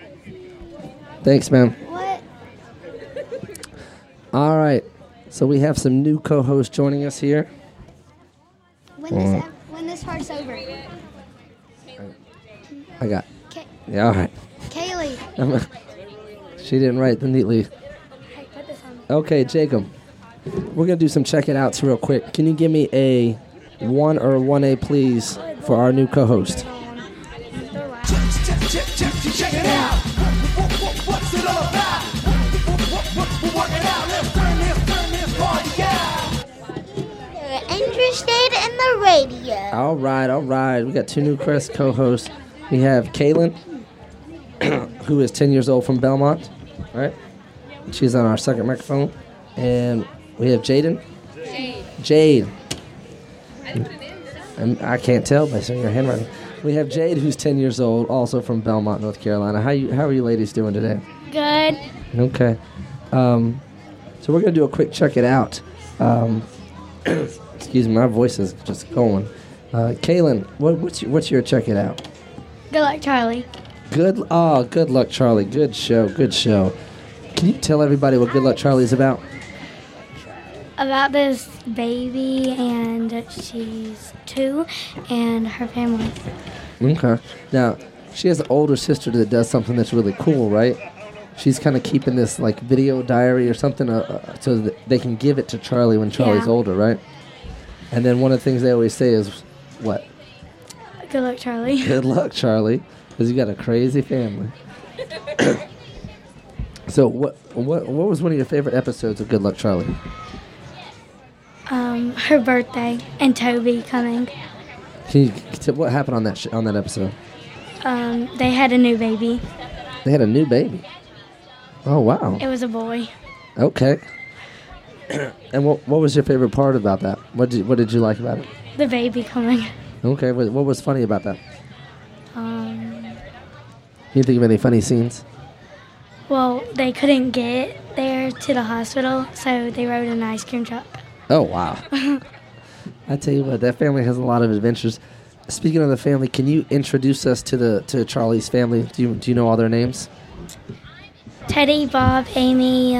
S3: Thanks, man.
S4: What?
S3: All right, so we have some new co-hosts joining us here.
S10: When
S3: this
S10: this
S3: Mm.
S10: when this part's over,
S3: I got. Yeah. All right.
S10: Kaylee.
S3: Um, she didn't write them neatly. Okay, Jacob. We're gonna do some check it outs real quick. Can you give me a one or one A please for our new co-host?
S5: Check it out. What- what- What's it all about? We're working out. Let's turn this, turn this party out.
S4: You're interested in the radio.
S3: All right, all right. We got two new Crest co-hosts. We have Kaylin, who is ten years old from Belmont. All right, she's on our second microphone, and we have Jaden. Jade. And I can't tell by seeing your handwriting. We have Jade, who's ten years old, also from Belmont, North Carolina. How you? How are you ladies doing today?
S7: Good.
S3: Okay. Um, so we're going to do a quick check it out. Um, excuse me, my voice is just going. Uh, Kaylin, what, what's, your, what's your check it out?
S7: Good luck, Charlie.
S3: Good, oh, good luck, Charlie. Good show, good show. Can you tell everybody what Good Luck Charlie is about?
S9: about this baby and she's two and her family.
S3: Okay. Now, she has an older sister that does something that's really cool, right? She's kind of keeping this like video diary or something uh, uh, so that they can give it to Charlie when Charlie's
S9: Yeah.
S3: older, right? And then one of the things they always say is, what?
S9: Good luck, Charlie.
S3: Good luck, Charlie, because you got a crazy family. so what what what was one of your favorite episodes of Good Luck Charlie?
S9: Um, her birthday and Toby coming.
S3: Can you t- what happened on that sh- on that episode?
S9: Um, they had a new baby.
S3: They had a new baby. Oh wow.
S9: It was a boy.
S3: Okay. and what what was your favorite part about that? What did what did you like about it?
S9: The baby coming.
S3: Okay. What, what was funny about that?
S9: Um,
S3: Can you think of any funny scenes?
S9: well, they couldn't get there to the hospital, so they rode an ice cream truck.
S3: Oh wow. I tell you what, that family has a lot of adventures. Speaking of the family, can you introduce us to the to Charlie's family? Do you do you know all their names?
S9: Teddy, Bob, Amy.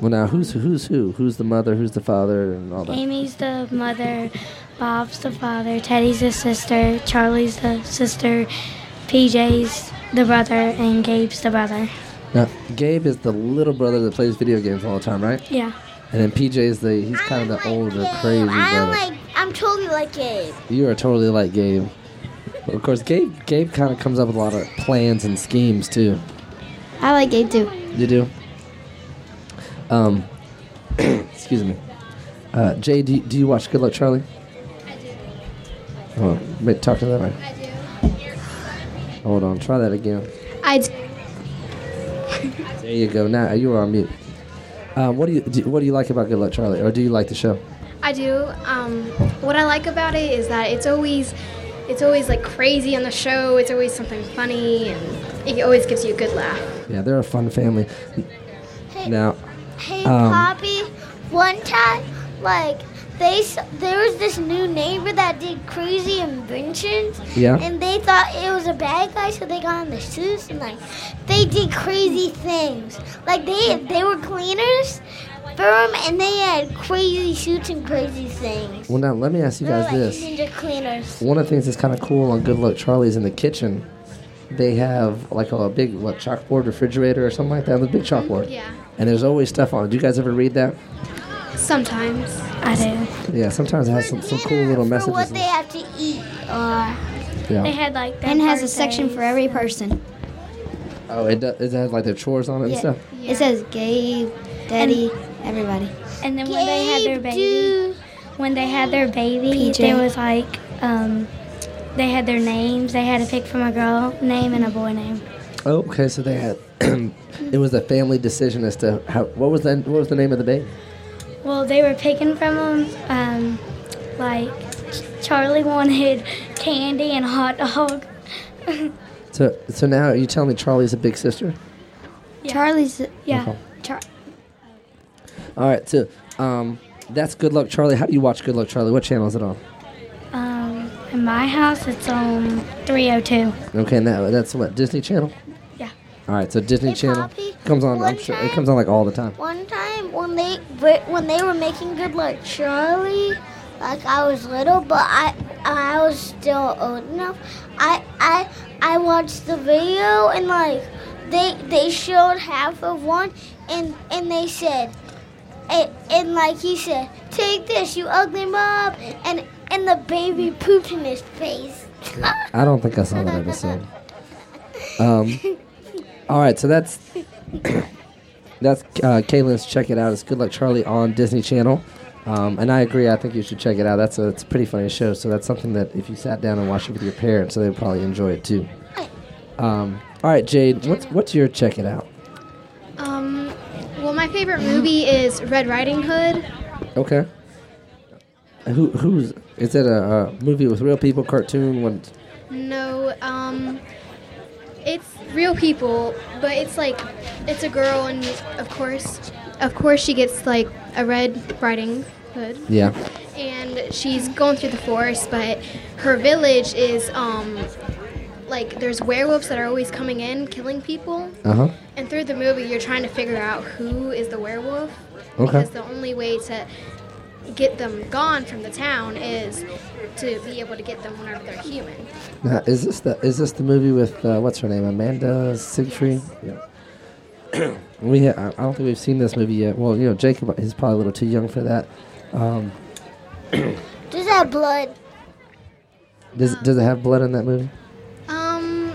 S3: Well, now who's who's who? Who's the mother? Who's the father? And all that.
S9: Amy's the mother, Bob's the father, Teddy's the sister, Charlie's the sister, PJ's the brother, and Gabe's the brother.
S3: Now, Gabe is the little brother that plays video games all the time, right?
S9: Yeah.
S3: And then PJ is the he's kind of the older, crazy brother.
S4: I'm like, I'm totally like it.
S3: you are totally like Gabe. But of course, Gabe Gabe kind of comes up with a lot of plans and schemes too.
S10: I like Gabe too.
S3: You do. Um, excuse me. Uh, Jay, do you, do you watch Good Luck Charlie? Oh, wait, talk to that mic. Hold on, try that again.
S10: I d-
S3: There you go. Now you are on mute. Um, what do you do, what do you like about Good Luck Charlie, or do you like the show?
S18: I do. Um, what I like about it is that it's always, it's always like crazy on the show. It's always something funny, and it always gives you a good laugh.
S3: Yeah, they're a fun family. now,
S4: Hey,
S3: Um,
S4: Poppy. One time, like they s- there was this new neighbor that did crazy inventions.
S3: Yeah.
S4: And they thought it was a bad guy, so they got on the suits and like they did crazy things. Like they they were cleaners, firm, and they had crazy suits and crazy things.
S3: well, now let me ask you
S4: They were
S3: guys
S4: like
S3: this.
S4: ninja cleaners.
S3: One of the things that's kind of cool on Good Luck Charlie's in the kitchen, they have like a big what chalkboard refrigerator or something like that. A big chalkboard.
S18: Yeah.
S3: And there's always stuff on it. Do you guys ever read that?
S18: Sometimes.
S9: I do.
S3: Yeah. Sometimes it has some, some cool little
S4: For what
S3: messages.
S4: they have to eat. Uh,
S3: Yeah.
S9: They had like
S10: and it has a section for every person.
S3: Oh, it does. It has like their chores on it and
S10: Yeah.
S3: stuff.
S10: It says Gabe, Daddy, everybody.
S9: And then when they had their baby, when they had their baby,
S10: PJ.
S9: there was like, um, they had their names. They had to pick from a girl name and a boy name.
S3: Oh, okay. So they had. it was a family decision as to how. What was the What was the name of the baby?
S9: Well, they were picking from them. Um, like Charlie wanted candy and a hot dog.
S3: So, so now you tell me Charlie's a big sister.
S9: Charlie's yeah.
S3: Okay.
S9: Char-
S3: All right, so um, that's Good Luck Charlie. How do you watch Good Luck Charlie? What channel is it on?
S9: um, in my house, it's on 302.
S3: Okay, and that, that's what Disney Channel.
S9: Yeah.
S3: All right, so Disney Channel
S4: Poppy,
S3: comes on. I'm
S4: one
S3: sure it comes on like all the time.
S4: One time when they when they were making Good Luck Charlie, like I was little, but I I was still old enough. I I I watched the video and like they they showed half of one and and they said, and, and like he said, take this, you ugly mob, and and the baby pooped in his face.
S3: I don't think I saw that episode. Um, all right, so that's that's uh, Kaylin's check it out. It's Good Luck Charlie on Disney Channel, um, and I agree. I think you should check it out. That's a it's a pretty funny show. So that's something that if you sat down and watched it with your parents, they would probably enjoy it too. Um, all right, Jade, what's what's your check it out?
S18: Um, well, my favorite movie is Red Riding Hood.
S3: Okay. Who who's is it a, uh movie with real people cartoon? When
S18: No, um, it's real people, but it's like it's a girl, and of course, of course, she gets like a Red Riding Hood.
S3: yeah,
S18: and she's going through the forest but her village is um like there's werewolves that are always coming in killing people
S3: uh huh.
S18: and through the movie you're trying to figure out who is the werewolf
S3: Okay.
S18: because the only way to get them gone from the town is to be able to get them whenever they're human
S3: Now, is this the is this the movie with uh, what's her name Amanda Siegfried? Yeah. we ha- I I don't think we've seen this movie yet. Well, you know Jacob is probably a little too young for that. Um,
S4: Does that blood?
S3: does does it have blood in that movie?
S18: um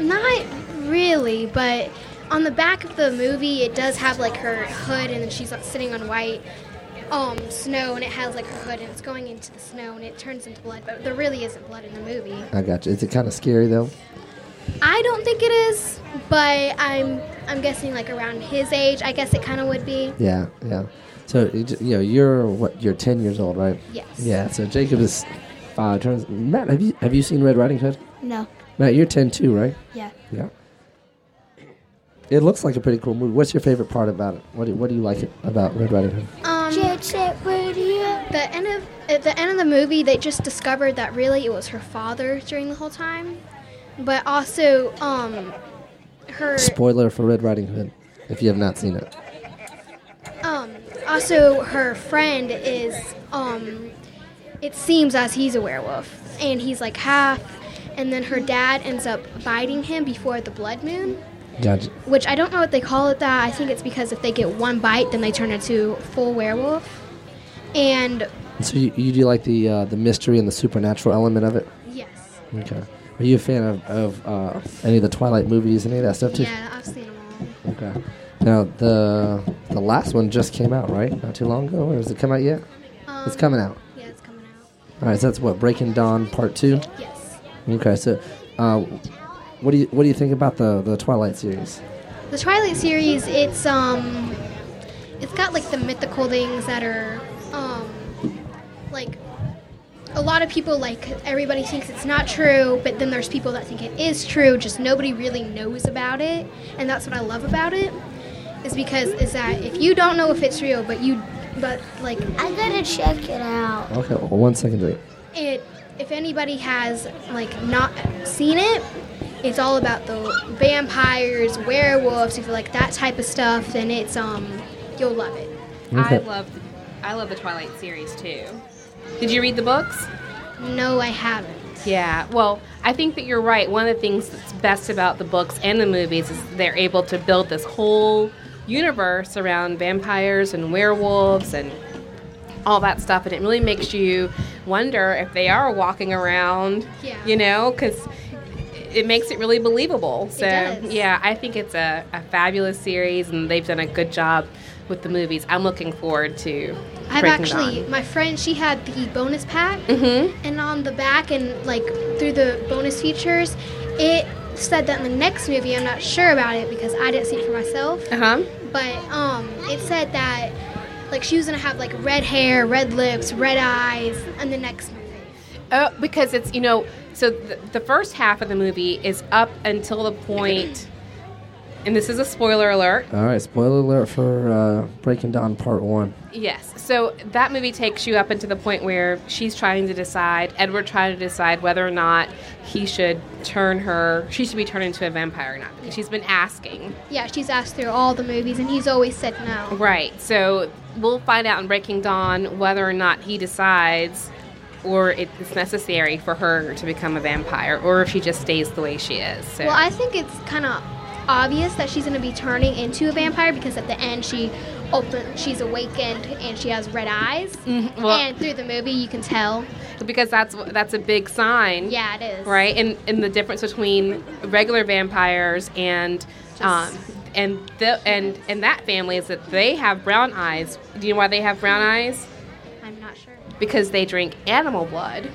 S18: not really but on the back of the movie it does have like her hood and then she's like, sitting on white um snow and it has like her hood and it's going into the snow and it turns into blood but there really isn't blood in the movie
S3: I got you. Is it kind of scary though?
S18: i don't think it is but i'm i'm guessing like around his age i guess it kind of would be
S3: Yeah, yeah. So you j- you know you're what you're ten years old, right?
S18: Yes.
S3: Yeah. So Jacob is five. Turns Matt. Have you have you seen Red Riding Hood?
S10: No.
S3: Matt, you're ten too, right?
S10: Yeah.
S3: Yeah. It looks like a pretty cool movie. What's your favorite part about it? What do, what do you like it about Red Riding Hood?
S18: um the end of at the end of the movie they just discovered that really it was her father during the whole time but also um her
S3: Spoiler for Red Riding Hood, if you have not seen it.
S18: Um, also, her friend is, um, it seems as he's a werewolf, and he's like half, and then her dad ends up biting him before the blood moon,
S3: Gotcha.
S18: which I don't know what they call it that. I think it's because if they get one bite, then they turn into full werewolf. And
S3: So you, you do like the uh, the mystery and the supernatural element of it?
S18: yes,
S3: Okay. Are you a fan of, of uh, any of the Twilight movies, any of that stuff too?
S18: yeah, I've seen them all.
S3: Okay. Now the the last one just came out, right? Not too long ago, or has it come out yet? it's coming out.
S18: Um, Yeah, it's coming out.
S3: All right, so that's what Breaking Dawn Part Two.
S18: Yes.
S3: Okay, so uh, what do you what do you think about the the Twilight series?
S18: The Twilight series, it's um, it's got like the mythical things that are um, like a lot of people like everybody thinks it's not true, but then there's people that think it is true. Just nobody really knows about it, and that's what I love about it, is because is that if you don't know if it's real, but you, but like
S4: I gotta check it out.
S3: Okay, well, one second, Jake.
S18: It if anybody has like not seen it, it's all about the vampires, werewolves, if you like that type of stuff, then it's um you'll love it.
S19: I
S3: Okay.
S19: love, I love the Twilight series too. Did you read the books?
S18: No, I haven't.
S19: Yeah, well, I think that you're right. One of the things that's best about the books and the movies is they're able to build this whole universe around vampires and werewolves and all that stuff, and it really makes you wonder if they are walking around.
S18: Yeah.
S19: You know, because it makes it really believable. So
S18: does.
S19: yeah, I think it's a, a fabulous series, and they've done a good job with the movies. I'm looking forward to.
S18: I've
S19: Breaking
S18: actually
S19: Dawn.
S18: my friend she had the bonus pack
S19: Mhm.
S18: and on the back and like through the bonus features, it said that in the next movie I'm
S19: Uh-huh.
S18: not sure about it because I didn't see it for myself.
S19: Uh huh.
S18: But um, it said that Like she was gonna have like red hair, red lips, red eyes, and the next movie.
S19: Oh, because it's you know, so the, the first half of the movie is up until the point, and this is a spoiler alert.
S3: All right, spoiler alert for uh, Breaking Dawn Part 1.
S19: Yes. So that movie takes you up into the point where she's trying to decide, Edward trying to decide whether or not he should turn her, she should be turned into a vampire or not, because she's been asking.
S18: Yeah, she's asked through all the movies, and he's always said no.
S19: Right. So we'll find out in Breaking Dawn whether or not he decides or it's necessary for her to become a vampire or if she just stays the way she is. So.
S18: Well, I think it's kind of obvious that she's going to be turning into a vampire because at the end she open she's awakened and she has red eyes.
S19: Mm-hmm, well-
S18: and through the movie you can tell.
S19: because that's that's a big sign.
S18: Yeah, it is.
S19: Right, and and the difference between regular vampires and um, and the and and that family is that they have brown eyes. Do you know why they have brown
S18: Mm-hmm.
S19: eyes?
S18: I'm not sure.
S19: Because they drink animal blood.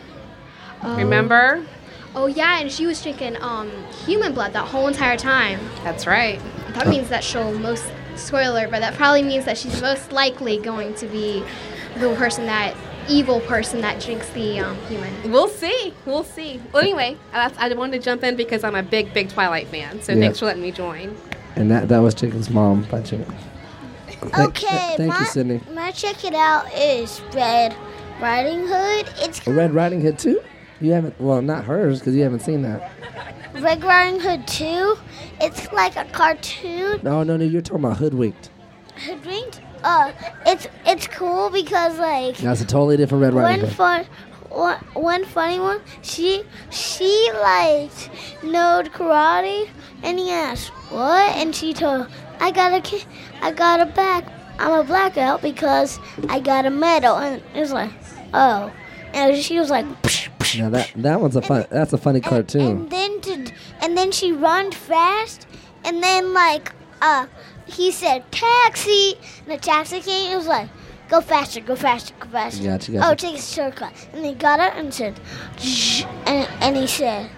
S19: Remember?
S18: Oh yeah, and she was drinking um human blood that whole entire time.
S19: That's right.
S18: That means that she'll most spoiler, but that probably means that she's most likely going to be the person that evil person that drinks the um, human.
S19: We'll see. We'll see. Well, anyway, that's, I wanted to jump in because I'm a big, big Twilight fan. So
S3: Yeah.
S19: thanks for letting me join.
S3: And that, that was Jacob's mom by Jacob.
S4: Okay,
S3: thank
S4: my,
S3: you, Sydney.
S4: my check it out is Red Riding Hood. It's
S3: Red Riding Hood too? You haven't, well, not hers, because you haven't seen that.
S4: Red Riding Hood 2. It's like a cartoon.
S3: No, no, no, you're talking about Hoodwinked.
S4: Hoodwinked. Uh, it's it's cool because like
S3: Now it's a totally different Red Riding
S4: one
S3: Hood.
S4: fun one, one funny one. She she like knowed karate, and he asked what, and she told I got a ki- I got a back. I'm a black belt because I got a medal, and it was like oh, and she was like.
S3: Now that, that one's a fun, that's a funny cartoon.
S4: then to, and then she run fast, and then like uh, he said taxi, and the taxi came. It was like, go faster, go faster, go faster.
S3: Gotcha, gotcha.
S4: Oh, take a shortcut. And he got up and said, "Shh," and, and he said,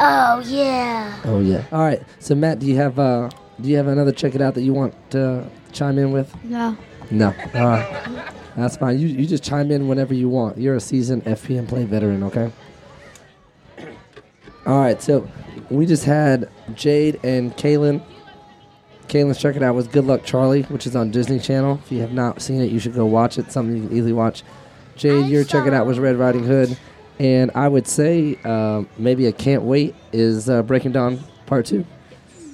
S4: oh yeah.
S3: Oh yeah. All right. So Matt, do you have uh, do you have another check it out that you want to chime in with?
S10: No.
S3: No. All right. That's fine. You you just chime in whenever you want. You're a seasoned FPM play veteran, okay? All right. So we just had Jade and Kaylin. Kaylin's check it out was Good Luck Charlie, which is on Disney Channel. If you have not seen it, you should go watch it. Something you can easily watch. Jade, your check it out was Red Riding Hood, and I would say um maybe a Can't Wait is uh, Breaking Dawn Part Two.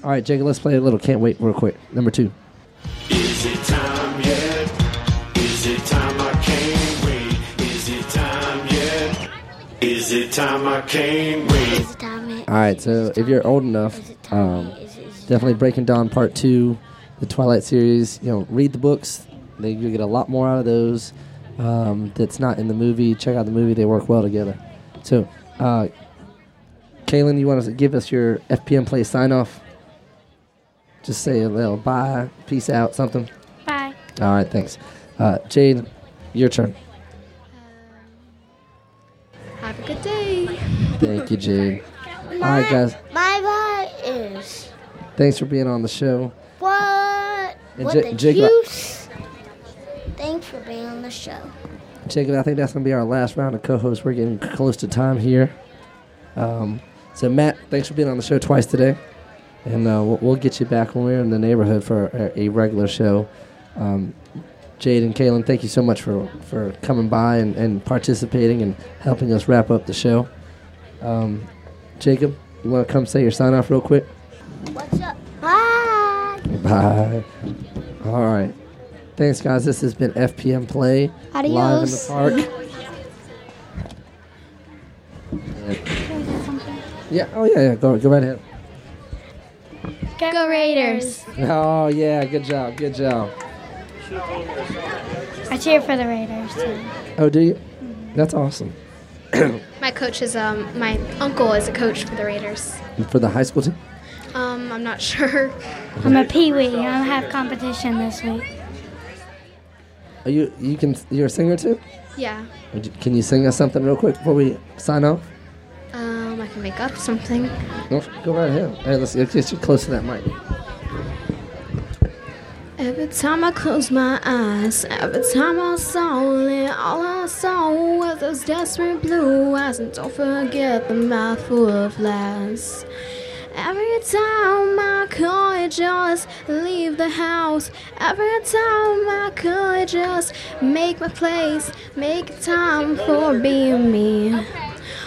S3: All right, Jacob, let's play a little Can't Wait real quick. Number two.
S5: Is it time yet? Is it time I can't wait? Is it time yet? Is it time I can't wait?
S3: All right, so if you're old enough, um, definitely Breaking Dawn Part Two, the Twilight series. You know, read the books; they you get a lot more out of those. Um, that's not in the movie. Check out the movie; they work well together. So, uh, Kaylin, you want to give us your FPM play sign off? Just say a little bye, peace out, something.
S7: Bye.
S3: All right, thanks. Uh, Jade, your turn.
S18: Have a good day.
S3: Thank you, Jade. All right, guys.
S4: My bye is
S3: Thanks for being on the show.
S4: what?
S3: And
S4: what
S3: Ja-
S4: the
S3: Jacob-
S4: juice? Thanks for being on the show.
S3: Jacob, I think that's going to be our last round of co hosts. We're getting close to time here. Um, so, Matt, thanks for being on the show twice today. And uh, we'll, we'll get you back when we're in the neighborhood for a, a regular show. Um, Jade and Kaylin, thank you so much for, for coming by and, and participating and helping us wrap up the show. Um, Jacob, you want to come say your sign off real quick?
S4: What's up? Bye.
S3: Bye. All right. Thanks, guys. This has been FPM Play live in the
S10: Adios.
S3: park. Yeah. Oh yeah. Yeah. Go go right ahead.
S7: Go Raiders.
S3: Oh yeah. Good job. Good job.
S7: I cheer for the Raiders too.
S3: Oh, do you? That's awesome.
S18: My coach is um my uncle is a coach for the Raiders.
S3: For the high school team.
S18: Um, I'm not sure.
S7: I'm a peewee. I don't have competition this week.
S3: Are you you can you're a singer too?
S18: Yeah.
S3: Would you- Can you sing us something real quick before we sign off?
S18: Um, I can make up something.
S3: No, go right ahead. Hey, let's, let's get you close to that mic.
S18: Every time I close my eyes, every time I saw it, all I saw was those desperate blue eyes, and don't forget the mouthful of lies. Every time I could just leave the house, every time I could just make my place, make time for being me.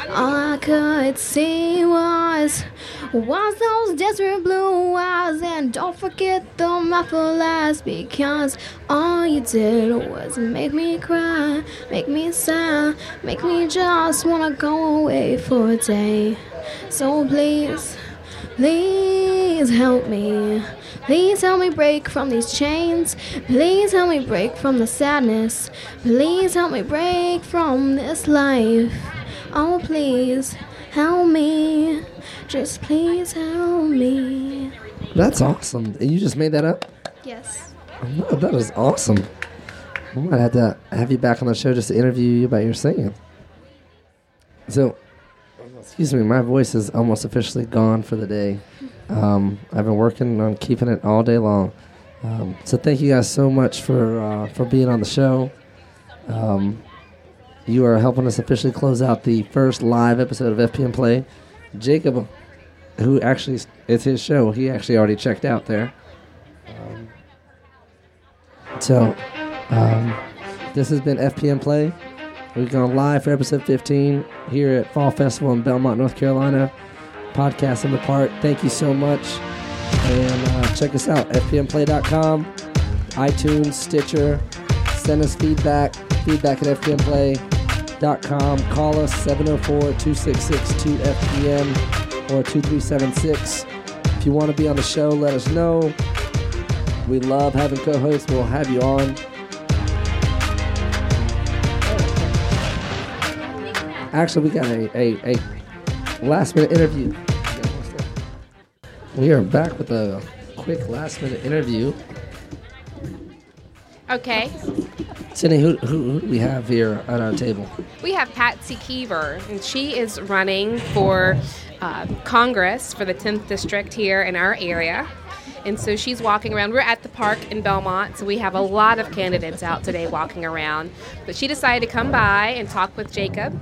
S18: All I could see was was those desperate blue eyes, and don't forget the muffled eyes because all you did was make me cry, make me sad, make me just wanna go away for a day. So please, please help me. Please help me break from these chains. Please help me break from the sadness. Please help me break from this life. Oh, please help me. Just please help me.
S3: That's awesome. You just made that up?
S18: Yes.
S3: Oh, that is awesome. We might have to have you back on the show just to interview you about your singing. So, excuse me, my voice is almost officially gone for the day. Um, I've been working on keeping it all day long. Um, so thank you guys so much for uh, for being on the show. Um, you are helping us officially close out the first live episode of FPM Play. Jacob, who actually s- it's his show, he actually already checked out there. Um, so, um, this has been FPM Play. We've gone live for episode 15 here at Fall Festival in Belmont, North Carolina. Podcast in the park. Thank you so much. And uh, check us out, fpmplay.com, iTunes, Stitcher. Send us feedback, feedback at fpmplay.com. Call us 704 266 2FPM or 2376. If you want to be on the show, let us know. We love having co hosts. We'll have you on. Actually, we got a, a, a last minute interview. We are back with a quick last minute interview.
S19: Okay.
S3: Cindy, who, who, who do we have here at our table?
S19: We have Patsy Keever, and she is running for uh, Congress for the 10th district here in our area. And so she's walking around. We're at the park in Belmont, so we have a lot of candidates out today walking around. But she decided to come by and talk with Jacob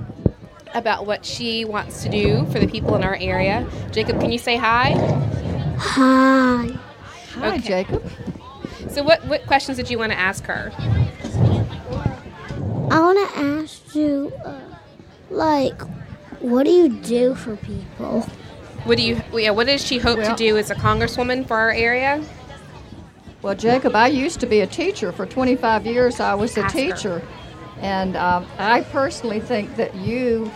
S19: about what she wants to do for the people in our area. Jacob, can you say hi?
S10: Hi.
S19: Hi, Jacob. So, what, what questions did you want to ask her?
S4: I want to ask you, uh, like, what do you do for people?
S19: What do you? Yeah, what does she hope to do as a congresswoman for our area?
S20: Well, Jacob, I used to be a teacher. For 25 years, I was a
S19: Ask her.
S20: teacher. And um, I personally think that you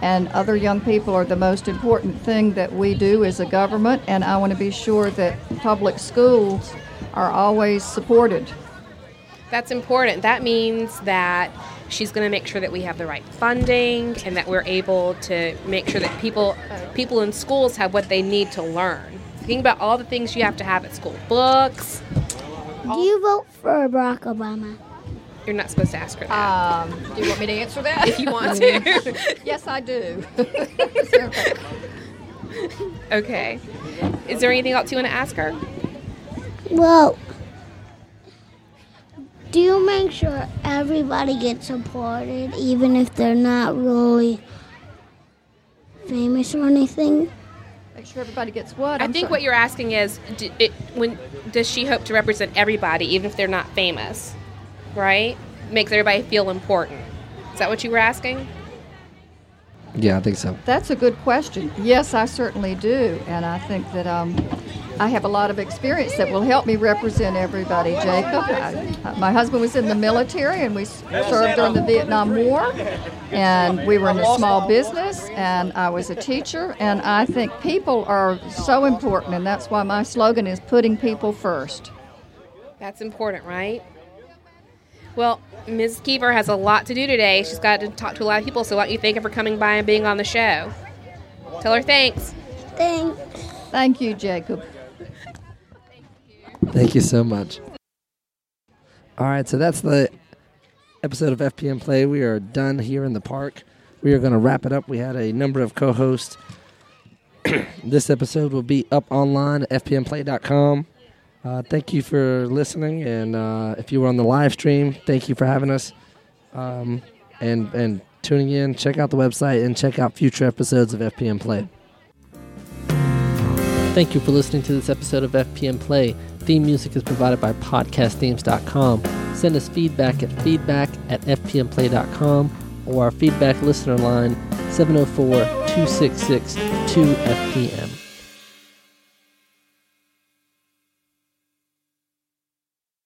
S20: and other young people are the most important thing that we do as a government. And I want to be sure that public schools are always supported.
S19: That's important. That means that she's going to make sure that we have the right funding and that we're able to make sure that people people in schools have what they need to learn. Think about all the things you have to have at school: books.
S4: Do you vote for Barack Obama?
S19: You're not supposed to ask her that.
S20: Um, do you want me to answer that?
S19: If you want to.
S20: yes, I do.
S19: okay. Is there anything else you want to ask her?
S4: Well, do you make sure everybody gets supported, even if they're not really famous or anything?
S20: Make sure everybody gets what?
S19: I think what you're asking is, d it, when does she hope to represent everybody, even if they're not famous, right? Makes everybody feel important. Is that what you were asking?
S3: Yeah, I think so.
S20: That's a good question. Yes, I certainly do, and I think that um, I have a lot of experience that will help me represent everybody. Jacob, I, uh, my husband was in the military, and we s- served during the Vietnam War, and we were in a small business, and I was a teacher, and I think people are so important, and that's why my slogan is putting people first.
S19: That's important, right? Well, Ms. Keever has a lot to do today. She's got to talk to a lot of people, so why don't you thank her for coming by and being on the show? Tell her thanks.
S4: Thanks.
S20: Thank you, Jacob.
S3: Thank you so much. All right, so that's the episode of FPM Play. We are done here in the park. We are going to wrap it up. We had a number of co hosts. this episode will be up online at fpmplay.com. Uh, thank you for listening, and uh, if you were on the live stream, thank you for having us, um, and and tuning in. Check out the website and check out future episodes of FPM Play. Thank you for listening to this episode of FPM Play. Theme music is provided by podcastthemes.com. Send us feedback at feedback at fpmplay.com oh or our feedback listener line 704 266 2FPM.